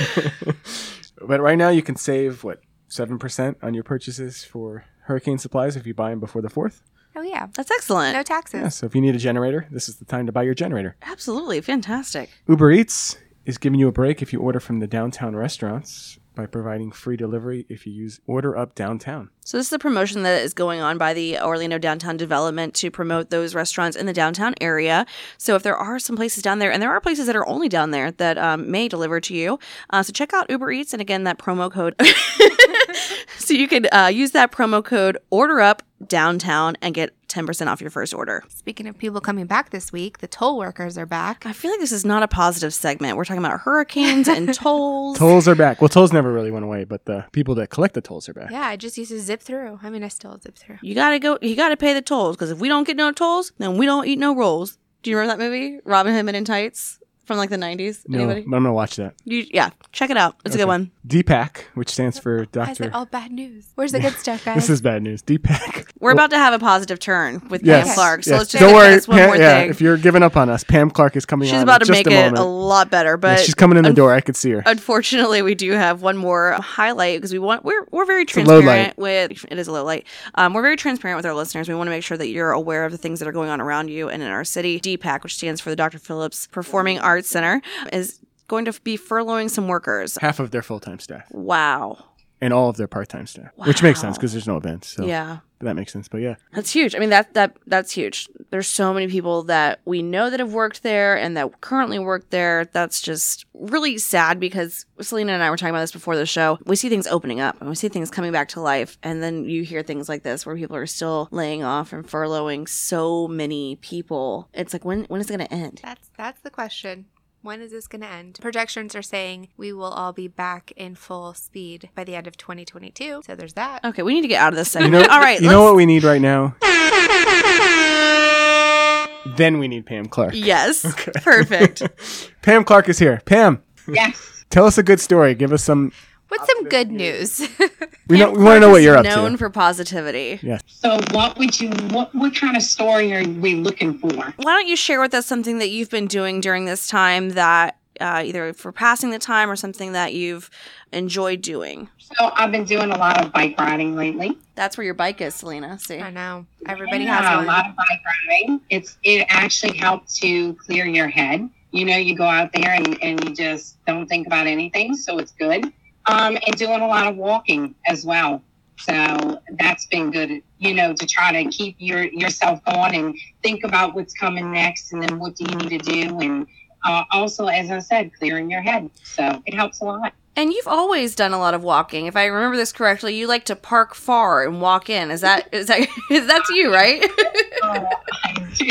[SPEAKER 1] but right now you can save what seven percent on your purchases for hurricane supplies if you buy them before the fourth.
[SPEAKER 2] Oh yeah.
[SPEAKER 3] That's excellent.
[SPEAKER 2] No taxes.
[SPEAKER 1] Yeah, so if you need a generator, this is the time to buy your generator.
[SPEAKER 3] Absolutely fantastic.
[SPEAKER 1] Uber Eats is giving you a break if you order from the downtown restaurants by providing free delivery if you use Order Up Downtown.
[SPEAKER 3] So this is a promotion that is going on by the Orlando Downtown Development to promote those restaurants in the downtown area. So if there are some places down there, and there are places that are only down there that um, may deliver to you, uh, so check out Uber Eats and again that promo code. [LAUGHS] so you can uh, use that promo code Order Up Downtown and get ten percent off your first order.
[SPEAKER 2] Speaking of people coming back this week, the toll workers are back.
[SPEAKER 3] I feel like this is not a positive segment. We're talking about hurricanes and tolls.
[SPEAKER 1] Tolls are back. Well, tolls never really went away, but the people that collect the tolls are back.
[SPEAKER 2] Yeah, I just used to zip through. I mean, I still zip through.
[SPEAKER 3] You gotta go. You gotta pay the tolls because if we don't get no tolls, then we don't eat no rolls. Do you remember that movie, Robin Hood Men in Tights? from like the 90s?
[SPEAKER 1] No,
[SPEAKER 3] Anybody?
[SPEAKER 1] but I'm gonna watch that.
[SPEAKER 3] You, yeah, check it out. It's a
[SPEAKER 1] Okay.
[SPEAKER 3] good one.
[SPEAKER 1] DPAC, which stands for
[SPEAKER 2] Why is
[SPEAKER 1] Doctor.
[SPEAKER 2] it all bad news?
[SPEAKER 1] [LAUGHS]
[SPEAKER 2] Where's the good stuff, guys?
[SPEAKER 1] This is bad news.
[SPEAKER 3] [LAUGHS]
[SPEAKER 1] DPAC.
[SPEAKER 3] We're about to have a positive turn with Pam
[SPEAKER 1] Yes.
[SPEAKER 3] Clark. So
[SPEAKER 1] yes.
[SPEAKER 3] let's just
[SPEAKER 1] Don't
[SPEAKER 3] look at
[SPEAKER 1] worry,
[SPEAKER 3] this one
[SPEAKER 1] Pam-
[SPEAKER 3] more
[SPEAKER 1] yeah,
[SPEAKER 3] thing.
[SPEAKER 1] if you're giving up on us, Pam Clark is coming
[SPEAKER 3] She's
[SPEAKER 1] on
[SPEAKER 3] about
[SPEAKER 1] in
[SPEAKER 3] to make
[SPEAKER 1] just a
[SPEAKER 3] it
[SPEAKER 1] moment.
[SPEAKER 3] a lot better,
[SPEAKER 1] Yeah,
[SPEAKER 3] but
[SPEAKER 1] she's coming in the door. I could see her.
[SPEAKER 3] unfortunately we do have one more highlight because we want we're we're very
[SPEAKER 1] a low light.
[SPEAKER 3] transparent with it is a low light um, we're very transparent with our listeners we want to make sure that you're aware of the things that are going on around you and in our city dpac which stands for the dr phillips performing arts center is going to be furloughing some workers
[SPEAKER 1] Half of their full time staff
[SPEAKER 3] wow
[SPEAKER 1] and all of their part time staff, which makes sense
[SPEAKER 3] Wow.
[SPEAKER 1] because there's no events. So
[SPEAKER 3] yeah
[SPEAKER 1] that makes sense. But yeah,
[SPEAKER 3] that's huge. I mean that that that's huge. There's so many people that we know that have worked there and that currently work there. That's just really sad because Selena and I were talking about this before the show. We see things opening up and we see things coming back to life and then you hear things like this where people are still laying off and furloughing so many people. It's like when when is it going to end?
[SPEAKER 2] That's that's the question. When is this going to end? Projections are saying we will all be back in full speed by the end of 2022. So there's that.
[SPEAKER 3] Okay, we need to get out of this
[SPEAKER 1] you
[SPEAKER 3] segment.
[SPEAKER 1] know,
[SPEAKER 3] [LAUGHS] All right.
[SPEAKER 1] you
[SPEAKER 3] let's-
[SPEAKER 1] know what we need right now. Then we need Pam Clark.
[SPEAKER 3] [LAUGHS]
[SPEAKER 1] [LAUGHS]
[SPEAKER 3] Yes. Perfect.
[SPEAKER 1] Pam Clark is here. Pam,
[SPEAKER 5] Yes.
[SPEAKER 1] tell us a good story. Give us some.
[SPEAKER 2] What's some good news? [LAUGHS]
[SPEAKER 1] We know.
[SPEAKER 3] Pam
[SPEAKER 1] We want to
[SPEAKER 3] Clark
[SPEAKER 1] know what
[SPEAKER 3] is
[SPEAKER 1] you're up
[SPEAKER 3] Known
[SPEAKER 1] to.
[SPEAKER 3] for positivity.
[SPEAKER 5] So what would you what what kind of story are we looking for?
[SPEAKER 3] why don't you share with us something that you've been doing during this time that uh, either for passing the time or something that you've enjoyed doing?
[SPEAKER 5] So I've been doing a lot of bike riding lately.
[SPEAKER 3] That's where your bike is, Selena. See,
[SPEAKER 2] I know everybody
[SPEAKER 5] Yeah,
[SPEAKER 2] has
[SPEAKER 5] a
[SPEAKER 2] one.
[SPEAKER 5] lot of bike riding. It's it actually helps to clear your head. You know, you go out there and, and you just don't think about anything, so it's good. Um, and doing a lot of walking as well. So that's been good, you know, to try to keep your yourself going and think about what's coming next and then what do you need to do and uh, also, as I said, clearing your head. So it helps a lot.
[SPEAKER 3] and you've always done a lot of walking. If I remember this correctly, you like to park far and walk in. Is that is that [LAUGHS] that's you, right? [LAUGHS]
[SPEAKER 5] Oh, I [LAUGHS] do.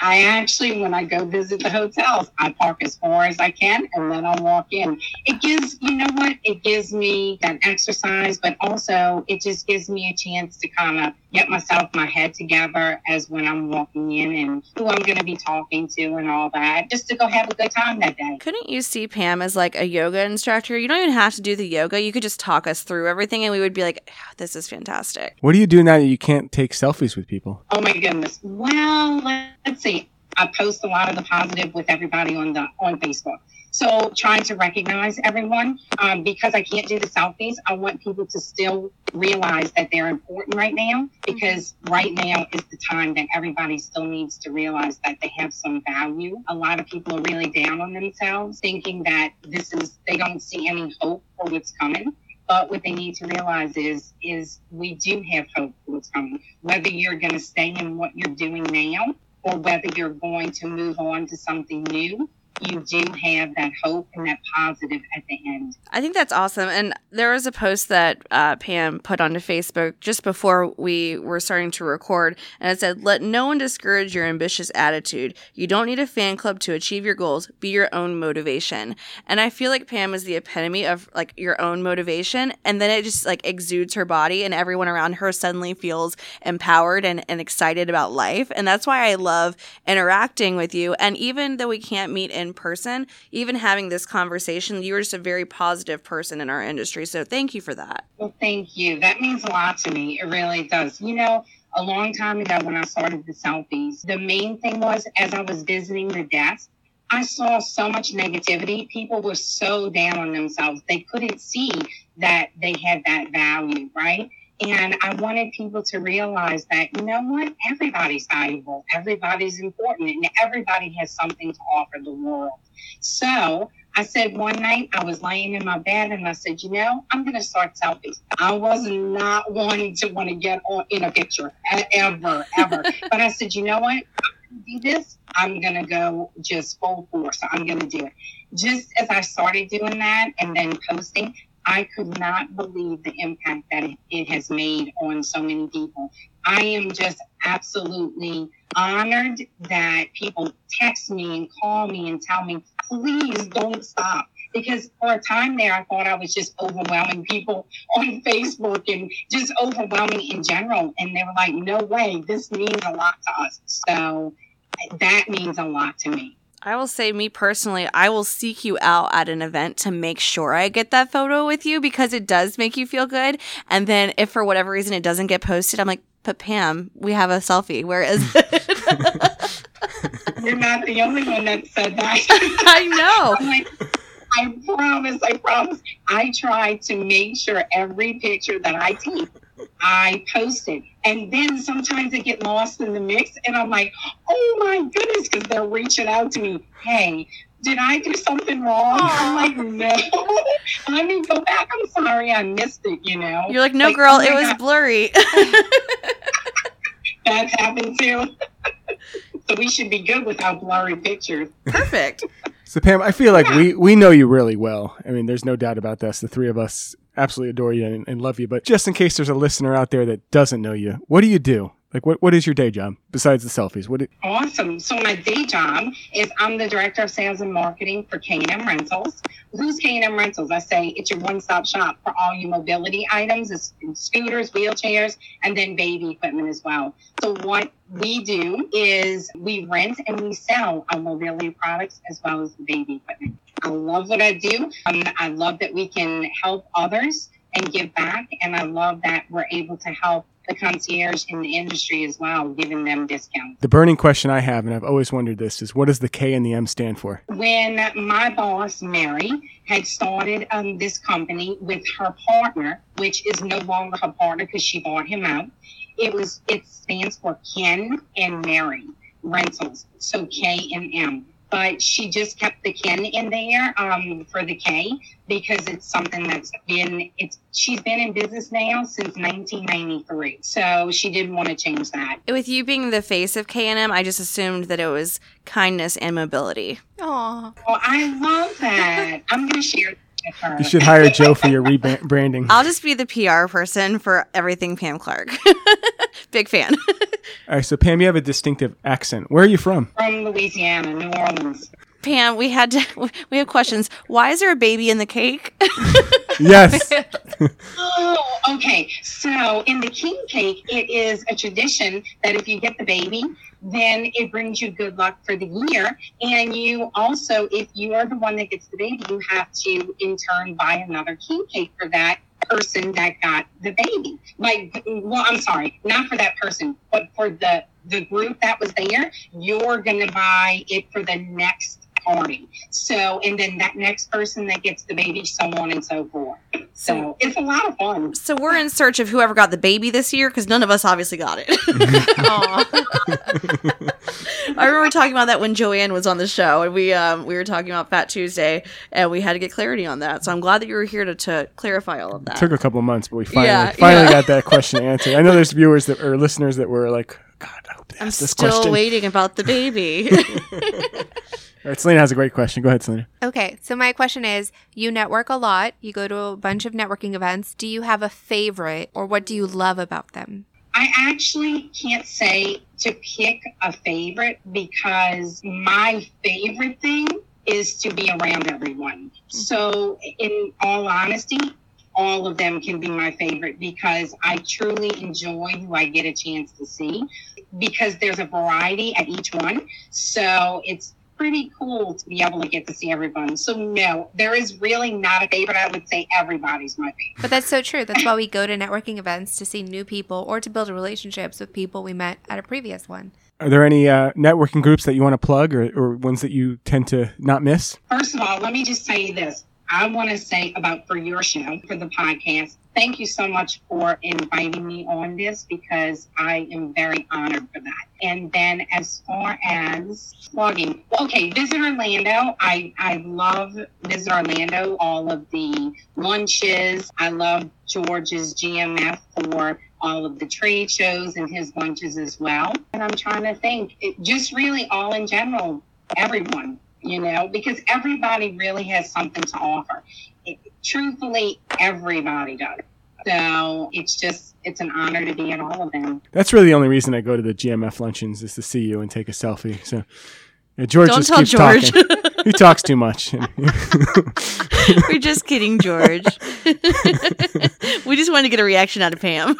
[SPEAKER 5] I actually, when I go visit the hotels, I park as far as I can and then I walk in. It gives, you know what? It gives me that exercise, but also it just gives me a chance to kind of get myself, my head together as when I'm walking in and who I'm going to be talking to and all that, just to go have a good time that day.
[SPEAKER 3] Couldn't you see Pam as like a yoga instructor? You don't even have to do the yoga. You could just talk us through everything, and we would be like, "Ah, "This is fantastic."
[SPEAKER 1] What do you do now that you can't take selfies with people?
[SPEAKER 5] Oh my goodness. Well, let's see. I post a lot of the positive with everybody on the on Facebook. So trying to recognize everyone um, because I can't do the selfies. I want people to still realize that they're important right now because right now is the time that everybody still needs to realize that they have some value. A lot of people are really down on themselves, thinking that this is they don't see any hope for what's coming. But what they need to realize is is we do have hope for what's coming whether you're going to stay in what you're doing now or whether you're going to move on to something new, you do have that hope and that positive at the end.
[SPEAKER 3] I think that's awesome. And there was a post that uh, Pam put onto Facebook just before we were starting to record. And it said, Let no one discourage your ambitious attitude. You don't need a fan club to achieve your goals. Be your own motivation. And I feel like Pam is the epitome of like your own motivation. And then it just like exudes her body, and everyone around her suddenly feels empowered and, and excited about life. And that's why I love interacting with you. And even though we can't meet in person, even having this conversation, you're just a very positive person in our industry. So thank you for that.
[SPEAKER 5] Well, thank you. That means a lot to me. It really does. You know, a long time ago when I started the selfies, the main thing was as I was visiting the desk, I saw so much negativity. People were so down on themselves. They couldn't see that they had that value, right? And I wanted people to realize that, you know what? Everybody's valuable, everybody's important, and everybody has something to offer the world. So, I said one night I was laying in my bed and I said, you know, I'm gonna start selfies. I was not wanting to want to get on in a picture e- ever, ever. but I said, you know what? I'm gonna Do this. I'm gonna go just full force. I'm gonna do it. Just as I started doing that and then posting, I could not believe the impact that it- it has made on so many people. I am just absolutely honored that people text me and call me and tell me, please don't stop. Because for a time there, I thought I was just overwhelming people on Facebook and just overwhelming in general. And they were like, no way, this means a lot to us. So that means a lot to me.
[SPEAKER 3] I will say, me personally, I will seek you out at an event to make sure I get that photo with you because it does make you feel good. And then if for whatever reason it doesn't get posted, I'm like, but Pam, we have a selfie. Where is [LAUGHS] it?
[SPEAKER 5] You're not the only one that said that. [LAUGHS]
[SPEAKER 3] I know.
[SPEAKER 5] I'm like, I promise, I promise. I try to make sure every picture that I take, I post it. And then sometimes they get lost in the mix, and I'm like, oh my goodness, because they're reaching out to me. Hey, did I do something wrong? I'm like, no. [LAUGHS] Let me go back. I'm sorry, I missed it, you know?
[SPEAKER 3] You're like, no, girl,
[SPEAKER 5] oh my
[SPEAKER 3] it was
[SPEAKER 5] God, [LAUGHS]
[SPEAKER 3] blurry.
[SPEAKER 5] That's happened too. [LAUGHS] so we should be good with our blurry pictures.
[SPEAKER 3] Perfect.
[SPEAKER 1] So Pam, I feel like we we know you really well. I mean, there's no doubt about this. The three of us absolutely adore you and, and love you. But just in case there's a listener out there that doesn't know you, what do you do? Like, what, what is your day job besides the selfies? What? Do,
[SPEAKER 5] Awesome. So my day job is I'm the director of sales and marketing for K&M Rentals. Who's K&M Rentals? I say it's your one-stop shop for all your mobility items, it's scooters, wheelchairs, and then baby equipment as well. So what we do is we rent and we sell our mobility products as well as the baby equipment. I love what I do. Um, I love that we can help others and give back, and I love that we're able to help the concierge in the industry as well, giving them discounts.
[SPEAKER 1] the burning question I have, and I've always wondered this, is what does the K and the M stand for?
[SPEAKER 5] when my boss Mary had started um, this company with her partner, which is no longer her partner because she bought him out. It was it stands for Ken and Mary Rentals, so K and M. But she just kept the Ken in there um, for the K because it's something that's been it's she's been in business now since 1993, so she didn't want to change that.
[SPEAKER 3] With you being the face of K&M, I just assumed that it was kindness and mobility.
[SPEAKER 2] [LAUGHS] Aw.
[SPEAKER 5] Well, I love that. I'm gonna share that with her.
[SPEAKER 1] You should hire Joe for your rebranding.
[SPEAKER 3] I'll just be the PR person for everything Pam Clark. [LAUGHS] Big fan. [LAUGHS]
[SPEAKER 1] All right, so Pam, you have a distinctive accent. Where are you
[SPEAKER 3] [LAUGHS]
[SPEAKER 1] from?
[SPEAKER 5] from Louisiana, New Orleans.
[SPEAKER 3] Pam, we had to, [LAUGHS] we have questions. Why is there a baby in the cake?
[SPEAKER 1] Yes. [LAUGHS]
[SPEAKER 5] Oh, okay. So in the king cake, it is a tradition that if you get the baby, then it brings you good luck for the year. And you also, if you are the one that gets the baby, you have to in turn buy another king cake for that person that got the baby. Like, well, I'm sorry, not for that person, but for the the group that was there, you're gonna buy it for the next party. So, and then that next person that gets the baby, so on and so forth. So it's a lot of fun.
[SPEAKER 3] so we're in search of whoever got the baby this year because none of us obviously got it. [LAUGHS]
[SPEAKER 2] Aw. [LAUGHS]
[SPEAKER 3] I remember talking about that when Joanne was on the show and we um, we were talking about Fat Tuesday and we had to get clarity on that. So I'm glad that you were here to, to clarify all of that.
[SPEAKER 1] Took a couple months, but we finally
[SPEAKER 3] Yeah,
[SPEAKER 1] finally
[SPEAKER 3] yeah.
[SPEAKER 1] got that question answered. I know there's viewers that or listeners that were like, God, I hope they
[SPEAKER 3] I'm
[SPEAKER 1] asked this
[SPEAKER 3] still
[SPEAKER 1] question.
[SPEAKER 3] waiting about
[SPEAKER 1] [LAUGHS]
[SPEAKER 3] the baby. [LAUGHS]
[SPEAKER 1] All right, Selena has a great question. Go ahead, Selena.
[SPEAKER 2] okay, so my question is you network a lot, you go to a bunch of networking events. Do you have a favorite or what do you love about them?
[SPEAKER 5] I actually can't say to pick a favorite because my favorite thing is to be around everyone. So, in all honesty, all of them can be my favorite because I truly enjoy who I get a chance to see because there's a variety at each one. So, it's pretty cool to be able to get to see everyone. So, no, there is really not a favorite. I would say everybody's my favorite.
[SPEAKER 2] But that's so true. That's why we go to networking events to see new people or to build relationships with people we met at a previous one.
[SPEAKER 1] Are there any uh, networking groups that you want to plug or, or ones that you tend to not miss?
[SPEAKER 5] First of all, let me just say this. I want to say about for your show, for the podcast, thank you so much for inviting me on this because I am very honored for that. And then as far as plugging, okay, Visit Orlando. I, I love Visit Orlando, all of the lunches. I love George's GMF for all of the trade shows and his lunches as well. And I'm trying to think, it, just really all in general, everyone, you know, because everybody really has something to offer. It, truthfully, everybody does. So it's just, it's an honor to be at all of them.
[SPEAKER 1] That's really the only reason I go to the GMF luncheons is to see you and take a selfie. So yeah, George
[SPEAKER 3] Don't
[SPEAKER 1] just
[SPEAKER 3] tell
[SPEAKER 1] keeps
[SPEAKER 3] George.
[SPEAKER 1] talking. he talks too
[SPEAKER 3] [LAUGHS]
[SPEAKER 1] much.
[SPEAKER 3] We're just
[SPEAKER 1] [LAUGHS]
[SPEAKER 3] kidding, George. [LAUGHS] we just wanted to get a reaction out of Pam.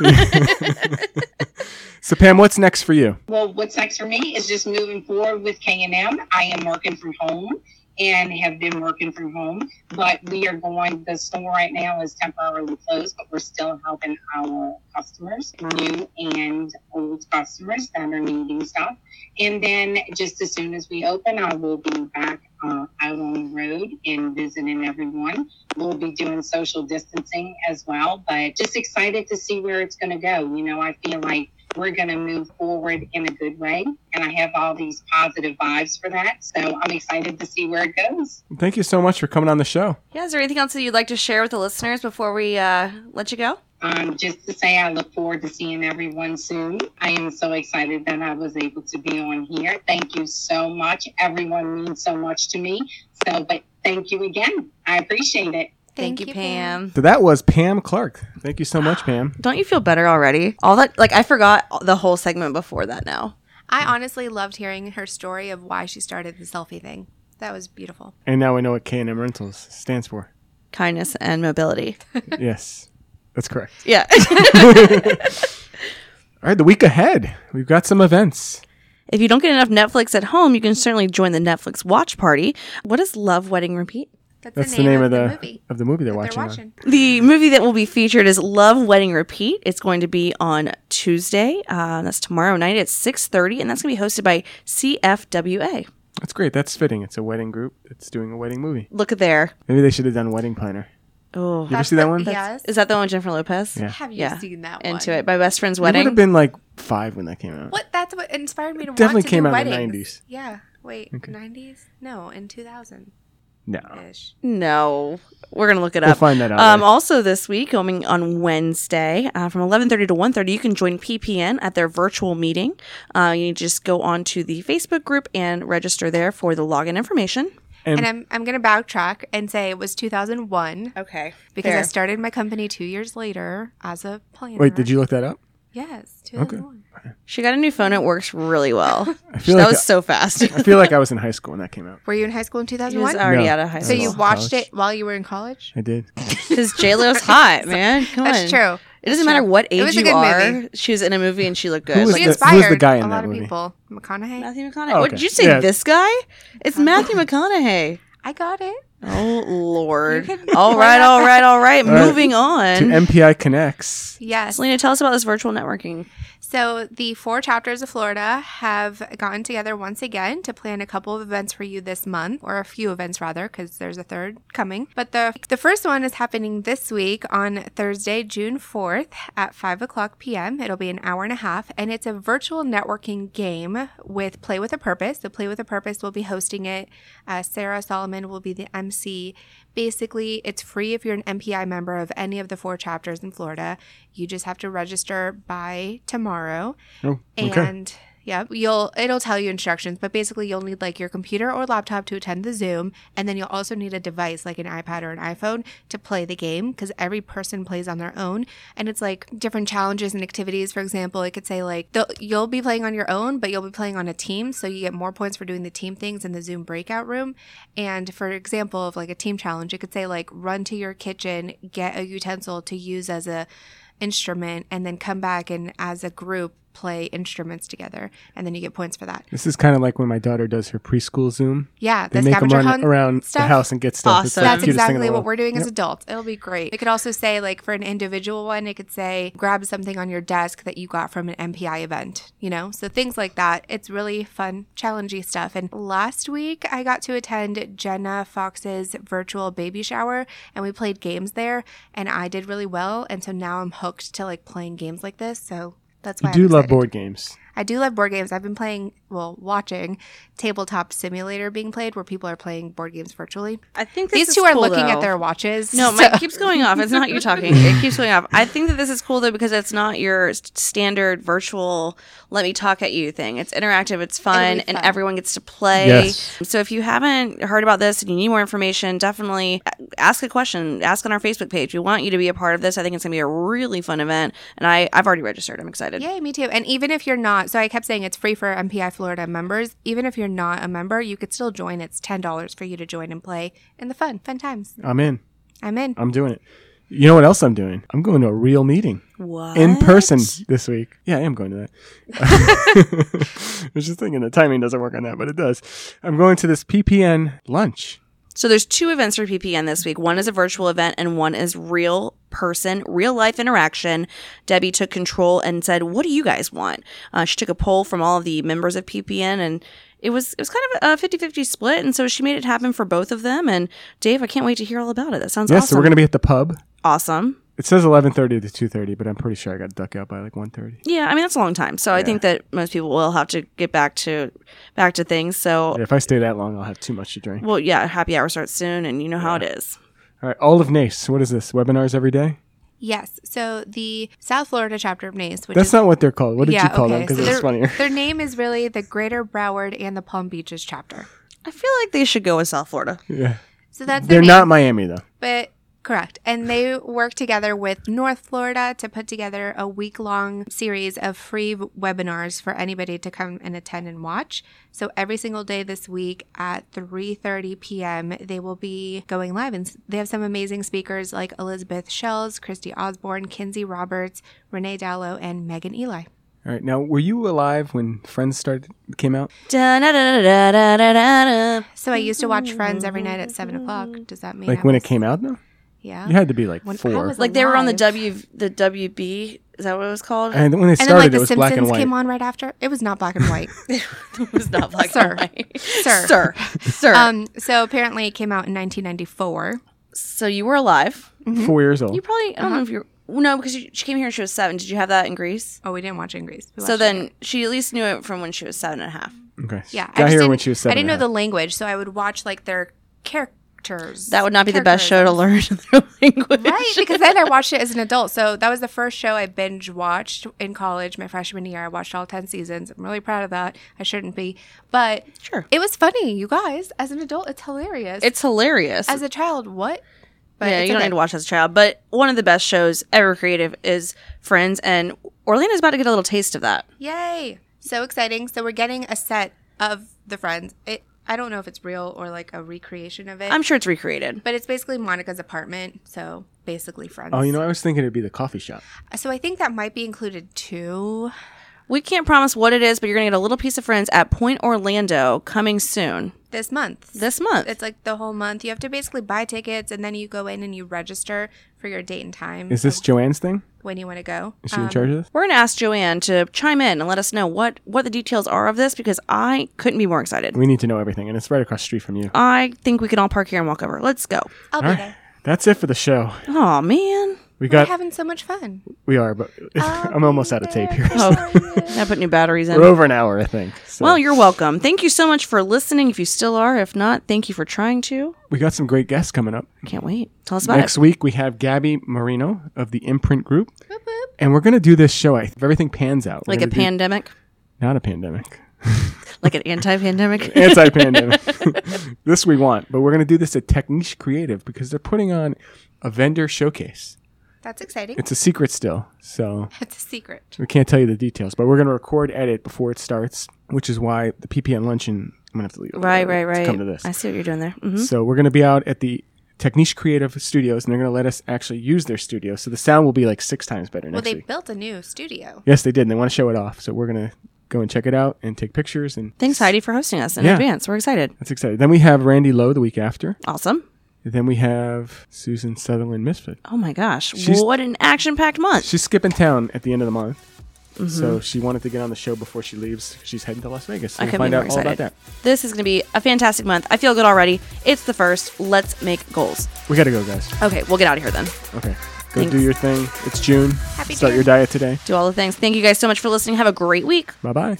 [SPEAKER 1] So Pam, what's next for you?
[SPEAKER 5] Well, what's next for me is just moving forward with K and M. I am working from home and have been working from home, but we are going. The store right now is temporarily closed, but we're still helping our customers, new and old customers that are needing stuff. And then, just as soon as we open, I will be back uh, out on the road and visiting everyone. We'll be doing social distancing as well, but just excited to see where it's going to go. You know, I feel like we're going to move forward in a good way. And I have all these positive vibes for that. So I'm excited to see where it goes.
[SPEAKER 1] Thank you so much for coming on the show.
[SPEAKER 3] Yeah, is there anything else that you'd like to share with the listeners before we uh, let you go?
[SPEAKER 5] Um, just to say, I look forward to seeing everyone soon. I am so excited that I was able to be on here. Thank you so much. Everyone means so much to me. So, but thank you again. I appreciate it.
[SPEAKER 3] Thank, you, Pam.
[SPEAKER 1] So that was Pam Clark. Thank you so much, Pam.
[SPEAKER 3] Don't you feel better already? All that, like, I forgot the whole segment before that now.
[SPEAKER 2] I honestly loved hearing her story of why she started the selfie thing. That was beautiful.
[SPEAKER 1] And now we know what K&M Rentals stands for.
[SPEAKER 3] Kindness and mobility.
[SPEAKER 1] yes, that's correct.
[SPEAKER 2] [LAUGHS]
[SPEAKER 3] Yeah.
[SPEAKER 1] All [LAUGHS] right, the week ahead, we've got some events.
[SPEAKER 3] if you don't get enough Netflix at home, you can certainly join the Netflix watch party. What is Love, Wedding, Repeat?
[SPEAKER 1] That's the name, of, the,
[SPEAKER 2] movie
[SPEAKER 1] of the movie they're
[SPEAKER 2] that
[SPEAKER 1] watching.
[SPEAKER 2] they're
[SPEAKER 1] on.
[SPEAKER 2] watching.
[SPEAKER 3] The movie that will be featured is Love, Wedding, Repeat. It's going to be on Tuesday. Uh, that's tomorrow night at 6.30, and that's going to be hosted by CFWA.
[SPEAKER 1] That's great. That's fitting. It's a wedding group. It's doing a wedding movie.
[SPEAKER 3] Look at there.
[SPEAKER 1] Maybe they should have done Wedding Planner.
[SPEAKER 3] Oh,
[SPEAKER 1] You ever see that
[SPEAKER 2] the-
[SPEAKER 1] one?
[SPEAKER 2] Yes.
[SPEAKER 3] is that the one with Jennifer Lopez?
[SPEAKER 1] Yeah.
[SPEAKER 2] Have you
[SPEAKER 3] Yeah.
[SPEAKER 2] seen that one?
[SPEAKER 3] Into it. My best friend's
[SPEAKER 1] It would have
[SPEAKER 3] wedding.
[SPEAKER 1] been like five when that came out.
[SPEAKER 2] What? That's what inspired me to
[SPEAKER 1] definitely
[SPEAKER 2] want to
[SPEAKER 1] came
[SPEAKER 2] do
[SPEAKER 1] out in the
[SPEAKER 2] weddings.
[SPEAKER 1] 90s.
[SPEAKER 2] Yeah. Wait, 90s? No, in 2000
[SPEAKER 1] No.
[SPEAKER 2] ish.
[SPEAKER 3] no, we're gonna look it
[SPEAKER 1] We'll
[SPEAKER 3] up.
[SPEAKER 1] find that out.
[SPEAKER 3] Um,
[SPEAKER 1] later.
[SPEAKER 3] also this week, coming on Wednesday uh, from 11:30 to 1:30, you can join PPN at their virtual meeting. Uh, you just go on to the Facebook group and register there for the login information.
[SPEAKER 1] And-
[SPEAKER 2] And I'm, I'm going to backtrack and say it was 2001
[SPEAKER 3] Okay,
[SPEAKER 2] because I started my company two years later as a planner.
[SPEAKER 1] Wait, did you look that up?
[SPEAKER 2] Yes, 2001.
[SPEAKER 3] she got a new phone. It works
[SPEAKER 2] [LAUGHS]
[SPEAKER 3] really well.
[SPEAKER 1] I feel
[SPEAKER 3] that
[SPEAKER 1] like
[SPEAKER 3] was
[SPEAKER 1] [LAUGHS]
[SPEAKER 3] so fast. [LAUGHS]
[SPEAKER 1] I feel like I was in high school when that came out.
[SPEAKER 2] Were you in high school in
[SPEAKER 3] He was
[SPEAKER 2] 2001?
[SPEAKER 3] already
[SPEAKER 1] No.
[SPEAKER 3] out of high
[SPEAKER 2] so
[SPEAKER 3] school.
[SPEAKER 2] you
[SPEAKER 1] College.
[SPEAKER 2] watched it while you were in college?
[SPEAKER 1] I did.
[SPEAKER 3] because J
[SPEAKER 2] [LAUGHS]
[SPEAKER 3] Lo's hot, man. Come
[SPEAKER 2] That's
[SPEAKER 3] on.
[SPEAKER 2] true.
[SPEAKER 3] It doesn't matter what age
[SPEAKER 2] was a
[SPEAKER 3] you
[SPEAKER 2] good
[SPEAKER 3] are.
[SPEAKER 2] movie.
[SPEAKER 3] She was in a movie and she looked good.
[SPEAKER 1] Who was
[SPEAKER 3] Like,
[SPEAKER 2] She
[SPEAKER 1] the-
[SPEAKER 2] inspired
[SPEAKER 1] who's the guy in
[SPEAKER 2] a lot
[SPEAKER 1] that
[SPEAKER 2] of
[SPEAKER 1] movie?
[SPEAKER 2] people. McConaughey.
[SPEAKER 3] Matthew McConaughey.
[SPEAKER 1] Oh,
[SPEAKER 3] What
[SPEAKER 1] okay.
[SPEAKER 3] did you say?
[SPEAKER 1] Yeah.
[SPEAKER 3] This guy?
[SPEAKER 2] [LAUGHS]
[SPEAKER 3] It's Matthew McConaughey.
[SPEAKER 2] I got it.
[SPEAKER 3] Oh Lord!
[SPEAKER 2] You can
[SPEAKER 3] All
[SPEAKER 2] play
[SPEAKER 3] right,
[SPEAKER 2] that. [LAUGHS]
[SPEAKER 3] all right, all
[SPEAKER 1] All
[SPEAKER 3] right.
[SPEAKER 1] right.
[SPEAKER 3] Moving
[SPEAKER 1] To
[SPEAKER 3] on.
[SPEAKER 1] MPI Connects.
[SPEAKER 2] Yes.
[SPEAKER 3] Selena, tell us about this virtual networking.
[SPEAKER 2] So the four chapters of Florida have gotten together once again to plan a couple of events for you this month, or a few events rather, because there's a third coming. But the the first one is happening this week on Thursday, June 4th at 5 o'clock p.m. It'll be an hour and a half, and it's a virtual networking game with Play with a Purpose. So Play with a Purpose will be hosting it. Uh, Sarah Solomon will be the MC. Basically, it's free if you're an MPI member of any of the four chapters in Florida. You just have to register by tomorrow.
[SPEAKER 1] Oh, okay.
[SPEAKER 2] And yeah, you'll it'll tell you instructions, but basically you'll need like your computer or laptop to attend the Zoom, and then you'll also need a device like an iPad or an iPhone to play the game because every person plays on their own, and it's like different challenges and activities. For example, it could say like the- you'll be playing on your own, but you'll be playing on a team, so you get more points for doing the team things in the Zoom breakout room. And for example, of like a team challenge, it could say like run to your kitchen, get a utensil to use as a instrument and then come back and as a group play instruments together and then you get points for that.
[SPEAKER 1] This is kind of like when my daughter does her preschool Zoom.
[SPEAKER 2] Yeah,
[SPEAKER 1] They
[SPEAKER 2] the
[SPEAKER 1] make them
[SPEAKER 2] scavenger
[SPEAKER 1] run
[SPEAKER 2] hunt
[SPEAKER 1] around the
[SPEAKER 2] stuff.
[SPEAKER 1] house and get stuff. It's
[SPEAKER 3] Awesome.
[SPEAKER 1] like
[SPEAKER 2] That's
[SPEAKER 1] the cutest thing in the
[SPEAKER 2] exactly
[SPEAKER 1] world.
[SPEAKER 2] what we're doing as
[SPEAKER 1] Yep.
[SPEAKER 2] adults. It'll be great. It could also say, like, for an individual one, it could say, grab something on your desk that you got from an MPI event, you know? So things like that. It's really fun, challenging stuff. And last week, I got to attend Jenna Fox's virtual baby shower and we played games there and I did really well. And so now I'm hooked to like playing games like this. So that's why
[SPEAKER 1] You
[SPEAKER 2] I'm
[SPEAKER 1] do love
[SPEAKER 2] excited.
[SPEAKER 1] board games.
[SPEAKER 2] I do love board games. I've been playing, well, watching Tabletop Simulator being played where people are playing board games virtually.
[SPEAKER 3] I think
[SPEAKER 2] These two are looking at
[SPEAKER 3] [LAUGHS]
[SPEAKER 2] their watches. [LAUGHS]
[SPEAKER 3] No,
[SPEAKER 2] so-
[SPEAKER 3] Mike keeps going off. It's not you talking. It keeps going off. I think that this is cool though because it's not your s- standard virtual let me talk at you thing. It's interactive, it's fun,
[SPEAKER 2] be
[SPEAKER 3] and
[SPEAKER 2] fun.
[SPEAKER 3] everyone gets to play.
[SPEAKER 1] Yes.
[SPEAKER 3] So if you haven't heard about this and you need more information, definitely a- ask a question. Ask on our Facebook page. We want you to be a part of this. I think it's going to be a really fun event, and I I've already registered. I'm excited.
[SPEAKER 2] Yay, me too. And even if you're not, so I kept saying it's free for MPI Florida members. Even if you're not a member, you could still join. It's $10 for you to join and play in the fun, fun times.
[SPEAKER 1] I'm in.
[SPEAKER 2] I'm in.
[SPEAKER 1] I'm doing it. You know what else I'm doing? I'm going to a real meeting
[SPEAKER 3] What?
[SPEAKER 1] in person this week. Yeah, I am going to
[SPEAKER 2] [LAUGHS]
[SPEAKER 1] that. I was just thinking the timing doesn't work on that, but it does. I'm going to this PPN lunch.
[SPEAKER 3] So there's two events for PPN this week. One is a virtual event and one is real person, real life interaction. Debbie took control and said, "What do you guys want?" Uh, she took a poll from all of the members of PPN and it was it was kind of a 50-50 split and so she made it happen for both of them and Dave, I can't wait to hear all about it. That sounds
[SPEAKER 1] Yes,
[SPEAKER 3] awesome.
[SPEAKER 1] so we're going to be at the pub.
[SPEAKER 3] awesome.
[SPEAKER 1] It says 11:30 to 2:30, but I'm pretty sure I got to duck out by like 1:30.
[SPEAKER 3] Yeah, I mean that's a long time. So I think that most people will have to get back to back to things. So
[SPEAKER 1] If I stay that long, I'll have too much to drink.
[SPEAKER 3] well, yeah, happy hour starts soon and you know how it is.
[SPEAKER 1] All right, all of NACE. What is this? Webinars every day?
[SPEAKER 2] Yes. So the South Florida chapter of NACE, which
[SPEAKER 1] That's
[SPEAKER 2] is
[SPEAKER 1] not what they're called. What did you call them?
[SPEAKER 2] So
[SPEAKER 1] Because it's
[SPEAKER 2] their-
[SPEAKER 1] funnier.
[SPEAKER 2] Their name is really the Greater Broward and the Palm Beaches chapter.
[SPEAKER 3] I feel like they should go with South Florida.
[SPEAKER 1] Yeah.
[SPEAKER 2] So that's their
[SPEAKER 1] They're
[SPEAKER 2] name,
[SPEAKER 1] not Miami though.
[SPEAKER 2] but correct. And they work together with North Florida to put together a week long series of free webinars for anybody to come and attend and watch. So every single day this week at 3:30 p.m. they will be going live and s- they have some amazing speakers like Elizabeth Shells, Christy Osborne, Kinsey Roberts, Renee Dallow, and Megan Eli.
[SPEAKER 1] All right. Now, were you alive when Friends started came out?
[SPEAKER 3] Da-na-da-da-da-da-da-da.
[SPEAKER 2] So I used to watch Friends every night at seven o'clock. Does that mean
[SPEAKER 1] Like
[SPEAKER 2] I
[SPEAKER 1] when
[SPEAKER 2] was-
[SPEAKER 1] it came out though?
[SPEAKER 2] Yeah.
[SPEAKER 1] You had to be like
[SPEAKER 2] When I
[SPEAKER 1] 4.
[SPEAKER 2] was
[SPEAKER 3] Like they were on the
[SPEAKER 2] alive.
[SPEAKER 3] W the WB is that what it was called? [LAUGHS]
[SPEAKER 1] and when it
[SPEAKER 2] And then
[SPEAKER 1] started
[SPEAKER 2] like
[SPEAKER 1] it
[SPEAKER 2] The
[SPEAKER 1] was black and
[SPEAKER 2] Simpsons
[SPEAKER 1] white.
[SPEAKER 2] came on right after. It was not black and white.
[SPEAKER 3] it was not black
[SPEAKER 2] Sir.
[SPEAKER 3] and white.
[SPEAKER 2] Sir.
[SPEAKER 3] sir, sir.
[SPEAKER 2] um. So apparently it came out in 1994.
[SPEAKER 3] so you were alive.
[SPEAKER 1] 4 years old.
[SPEAKER 2] Mm-hmm.
[SPEAKER 3] You probably I don't know
[SPEAKER 2] Uh-huh.
[SPEAKER 3] if you are no because you, she came here and she was seven. Did you have that in Greece?
[SPEAKER 2] Oh, we didn't watch it in Greece. We watched
[SPEAKER 3] So
[SPEAKER 2] it
[SPEAKER 3] then
[SPEAKER 2] here.
[SPEAKER 3] she at least knew it from when she was seven and a half.
[SPEAKER 1] okay.
[SPEAKER 2] yeah,
[SPEAKER 1] Got
[SPEAKER 2] just
[SPEAKER 1] here
[SPEAKER 2] didn't-
[SPEAKER 1] when she was 7.
[SPEAKER 2] I
[SPEAKER 1] and
[SPEAKER 2] didn't
[SPEAKER 1] a
[SPEAKER 2] know
[SPEAKER 1] half.
[SPEAKER 2] the language, so I would watch like their characters.
[SPEAKER 3] That would not be the best show to
[SPEAKER 2] characterisms.
[SPEAKER 3] learn [LAUGHS] their
[SPEAKER 2] [LAUGHS]
[SPEAKER 3] language,
[SPEAKER 2] Right, because then I watched it as an adult. So that was the first show I binge watched in college, my freshman year. I watched all 10 seasons. I'm really proud of that. I shouldn't be. But
[SPEAKER 3] Sure.
[SPEAKER 2] it was funny, you guys. As an adult, it's hilarious.
[SPEAKER 3] It's hilarious.
[SPEAKER 2] as a child, what? But
[SPEAKER 3] yeah,
[SPEAKER 2] it's
[SPEAKER 3] you don't
[SPEAKER 2] okay.
[SPEAKER 3] need to watch as a child. But one of the best shows ever creative is Friends, and Orlando's about to get a little taste of that.
[SPEAKER 2] Yay! So exciting. So we're getting a set of the friends. It, I don't know if it's real or like a recreation of it.
[SPEAKER 3] I'm sure it's recreated.
[SPEAKER 2] but it's basically Monica's apartment. So basically friends.
[SPEAKER 1] Oh, you know, I was thinking it'd be the coffee shop.
[SPEAKER 2] So I think that might be included too.
[SPEAKER 3] We can't promise what it is, but you're gonna get a little piece of Friends at Point Orlando coming soon
[SPEAKER 2] This month.
[SPEAKER 3] this month.
[SPEAKER 2] it's like the whole month. You have to basically buy tickets and then you go in and you register for your date and time
[SPEAKER 1] Is this Joanne's thing?
[SPEAKER 2] when you want to go.
[SPEAKER 1] Is she in charge of this?
[SPEAKER 3] We're gonna ask Joanne to chime in and let us know what what the details are of this because I couldn't be more excited.
[SPEAKER 1] We need to know everything, and it's right across the street from you.
[SPEAKER 2] Oh,
[SPEAKER 3] I think we can all park here and walk over. Let's go.
[SPEAKER 2] I'll be
[SPEAKER 1] All right.
[SPEAKER 2] there.
[SPEAKER 1] That's it for the show.
[SPEAKER 3] Oh man,
[SPEAKER 1] We
[SPEAKER 2] We're
[SPEAKER 1] got
[SPEAKER 2] having so much fun.
[SPEAKER 1] we are, but [LAUGHS]
[SPEAKER 2] Um,
[SPEAKER 1] I'm almost out of tape here.
[SPEAKER 3] [LAUGHS] I Oh, put new batteries
[SPEAKER 1] [LAUGHS]
[SPEAKER 3] in.
[SPEAKER 1] We're over an hour, I think. So
[SPEAKER 3] Well, you're welcome. Thank you so much for listening. If you still are, if not, thank you for trying to.
[SPEAKER 1] we got some great guests coming up.
[SPEAKER 3] Can't wait. Tell us about
[SPEAKER 1] Next
[SPEAKER 3] it.
[SPEAKER 1] week we have Gabby Marino of the Imprint Group,
[SPEAKER 2] Boop, boop.
[SPEAKER 1] and we're gonna do this show. I- If everything pans out, we're
[SPEAKER 3] Like a
[SPEAKER 1] gonna do-
[SPEAKER 3] pandemic,
[SPEAKER 1] not a pandemic,
[SPEAKER 3] like an
[SPEAKER 1] [LAUGHS]
[SPEAKER 3] anti-pandemic.
[SPEAKER 1] anti-pandemic. this we want, but we're gonna do this at Techniche Creative because they're putting on a vendor showcase.
[SPEAKER 2] That's exciting.
[SPEAKER 1] It's a secret still, so
[SPEAKER 2] It's a secret.
[SPEAKER 1] We can't tell you the details, but we're going to record edit before it starts, which is why the PPN luncheon. I'm going to have to leave.
[SPEAKER 3] right, right,
[SPEAKER 1] To
[SPEAKER 3] right.
[SPEAKER 1] come to this.
[SPEAKER 3] I see what you're doing there. hmm
[SPEAKER 1] So we're going to be out at the Techniche Creative Studios, and they're going to let us actually use their studio. So the sound will be like six times better
[SPEAKER 2] Well,
[SPEAKER 1] next
[SPEAKER 2] they
[SPEAKER 1] week.
[SPEAKER 2] built a new studio.
[SPEAKER 1] Yes, they did, and they want to show it off. So we're going to go and check it out and take pictures, and
[SPEAKER 3] Thanks, Heidi, for hosting us in
[SPEAKER 1] Yeah.
[SPEAKER 3] advance. We're excited.
[SPEAKER 1] that's exciting. Then we have Randy Lowe the week after.
[SPEAKER 3] Awesome.
[SPEAKER 1] Then we have Susan Sutherland Misfit.
[SPEAKER 3] Oh my gosh,
[SPEAKER 1] She's-
[SPEAKER 3] what an action-packed month!
[SPEAKER 1] She's skipping town at the end of the month. So she wanted to get on the show before she leaves. She's heading to Las Vegas. So
[SPEAKER 3] Mm-hmm. I
[SPEAKER 1] we'll
[SPEAKER 3] couldn't
[SPEAKER 1] find
[SPEAKER 3] be
[SPEAKER 1] out
[SPEAKER 3] more
[SPEAKER 1] all
[SPEAKER 3] excited.
[SPEAKER 1] about that.
[SPEAKER 3] This is going to be a fantastic month. I feel good already. It's the first. Let's make goals.
[SPEAKER 1] We got to go, guys.
[SPEAKER 3] Okay, we'll get out of here then.
[SPEAKER 1] Okay. Go
[SPEAKER 3] Thanks.
[SPEAKER 1] do your thing. It's June.
[SPEAKER 2] Happy
[SPEAKER 1] Start
[SPEAKER 2] June.
[SPEAKER 1] your diet today.
[SPEAKER 3] Do all the things. Thank you guys so much for listening. Have a great week.
[SPEAKER 1] Bye bye.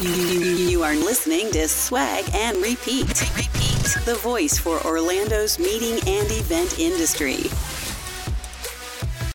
[SPEAKER 4] You are listening to Swag and Repeat. Repeat. The voice for Orlando's meeting and event industry.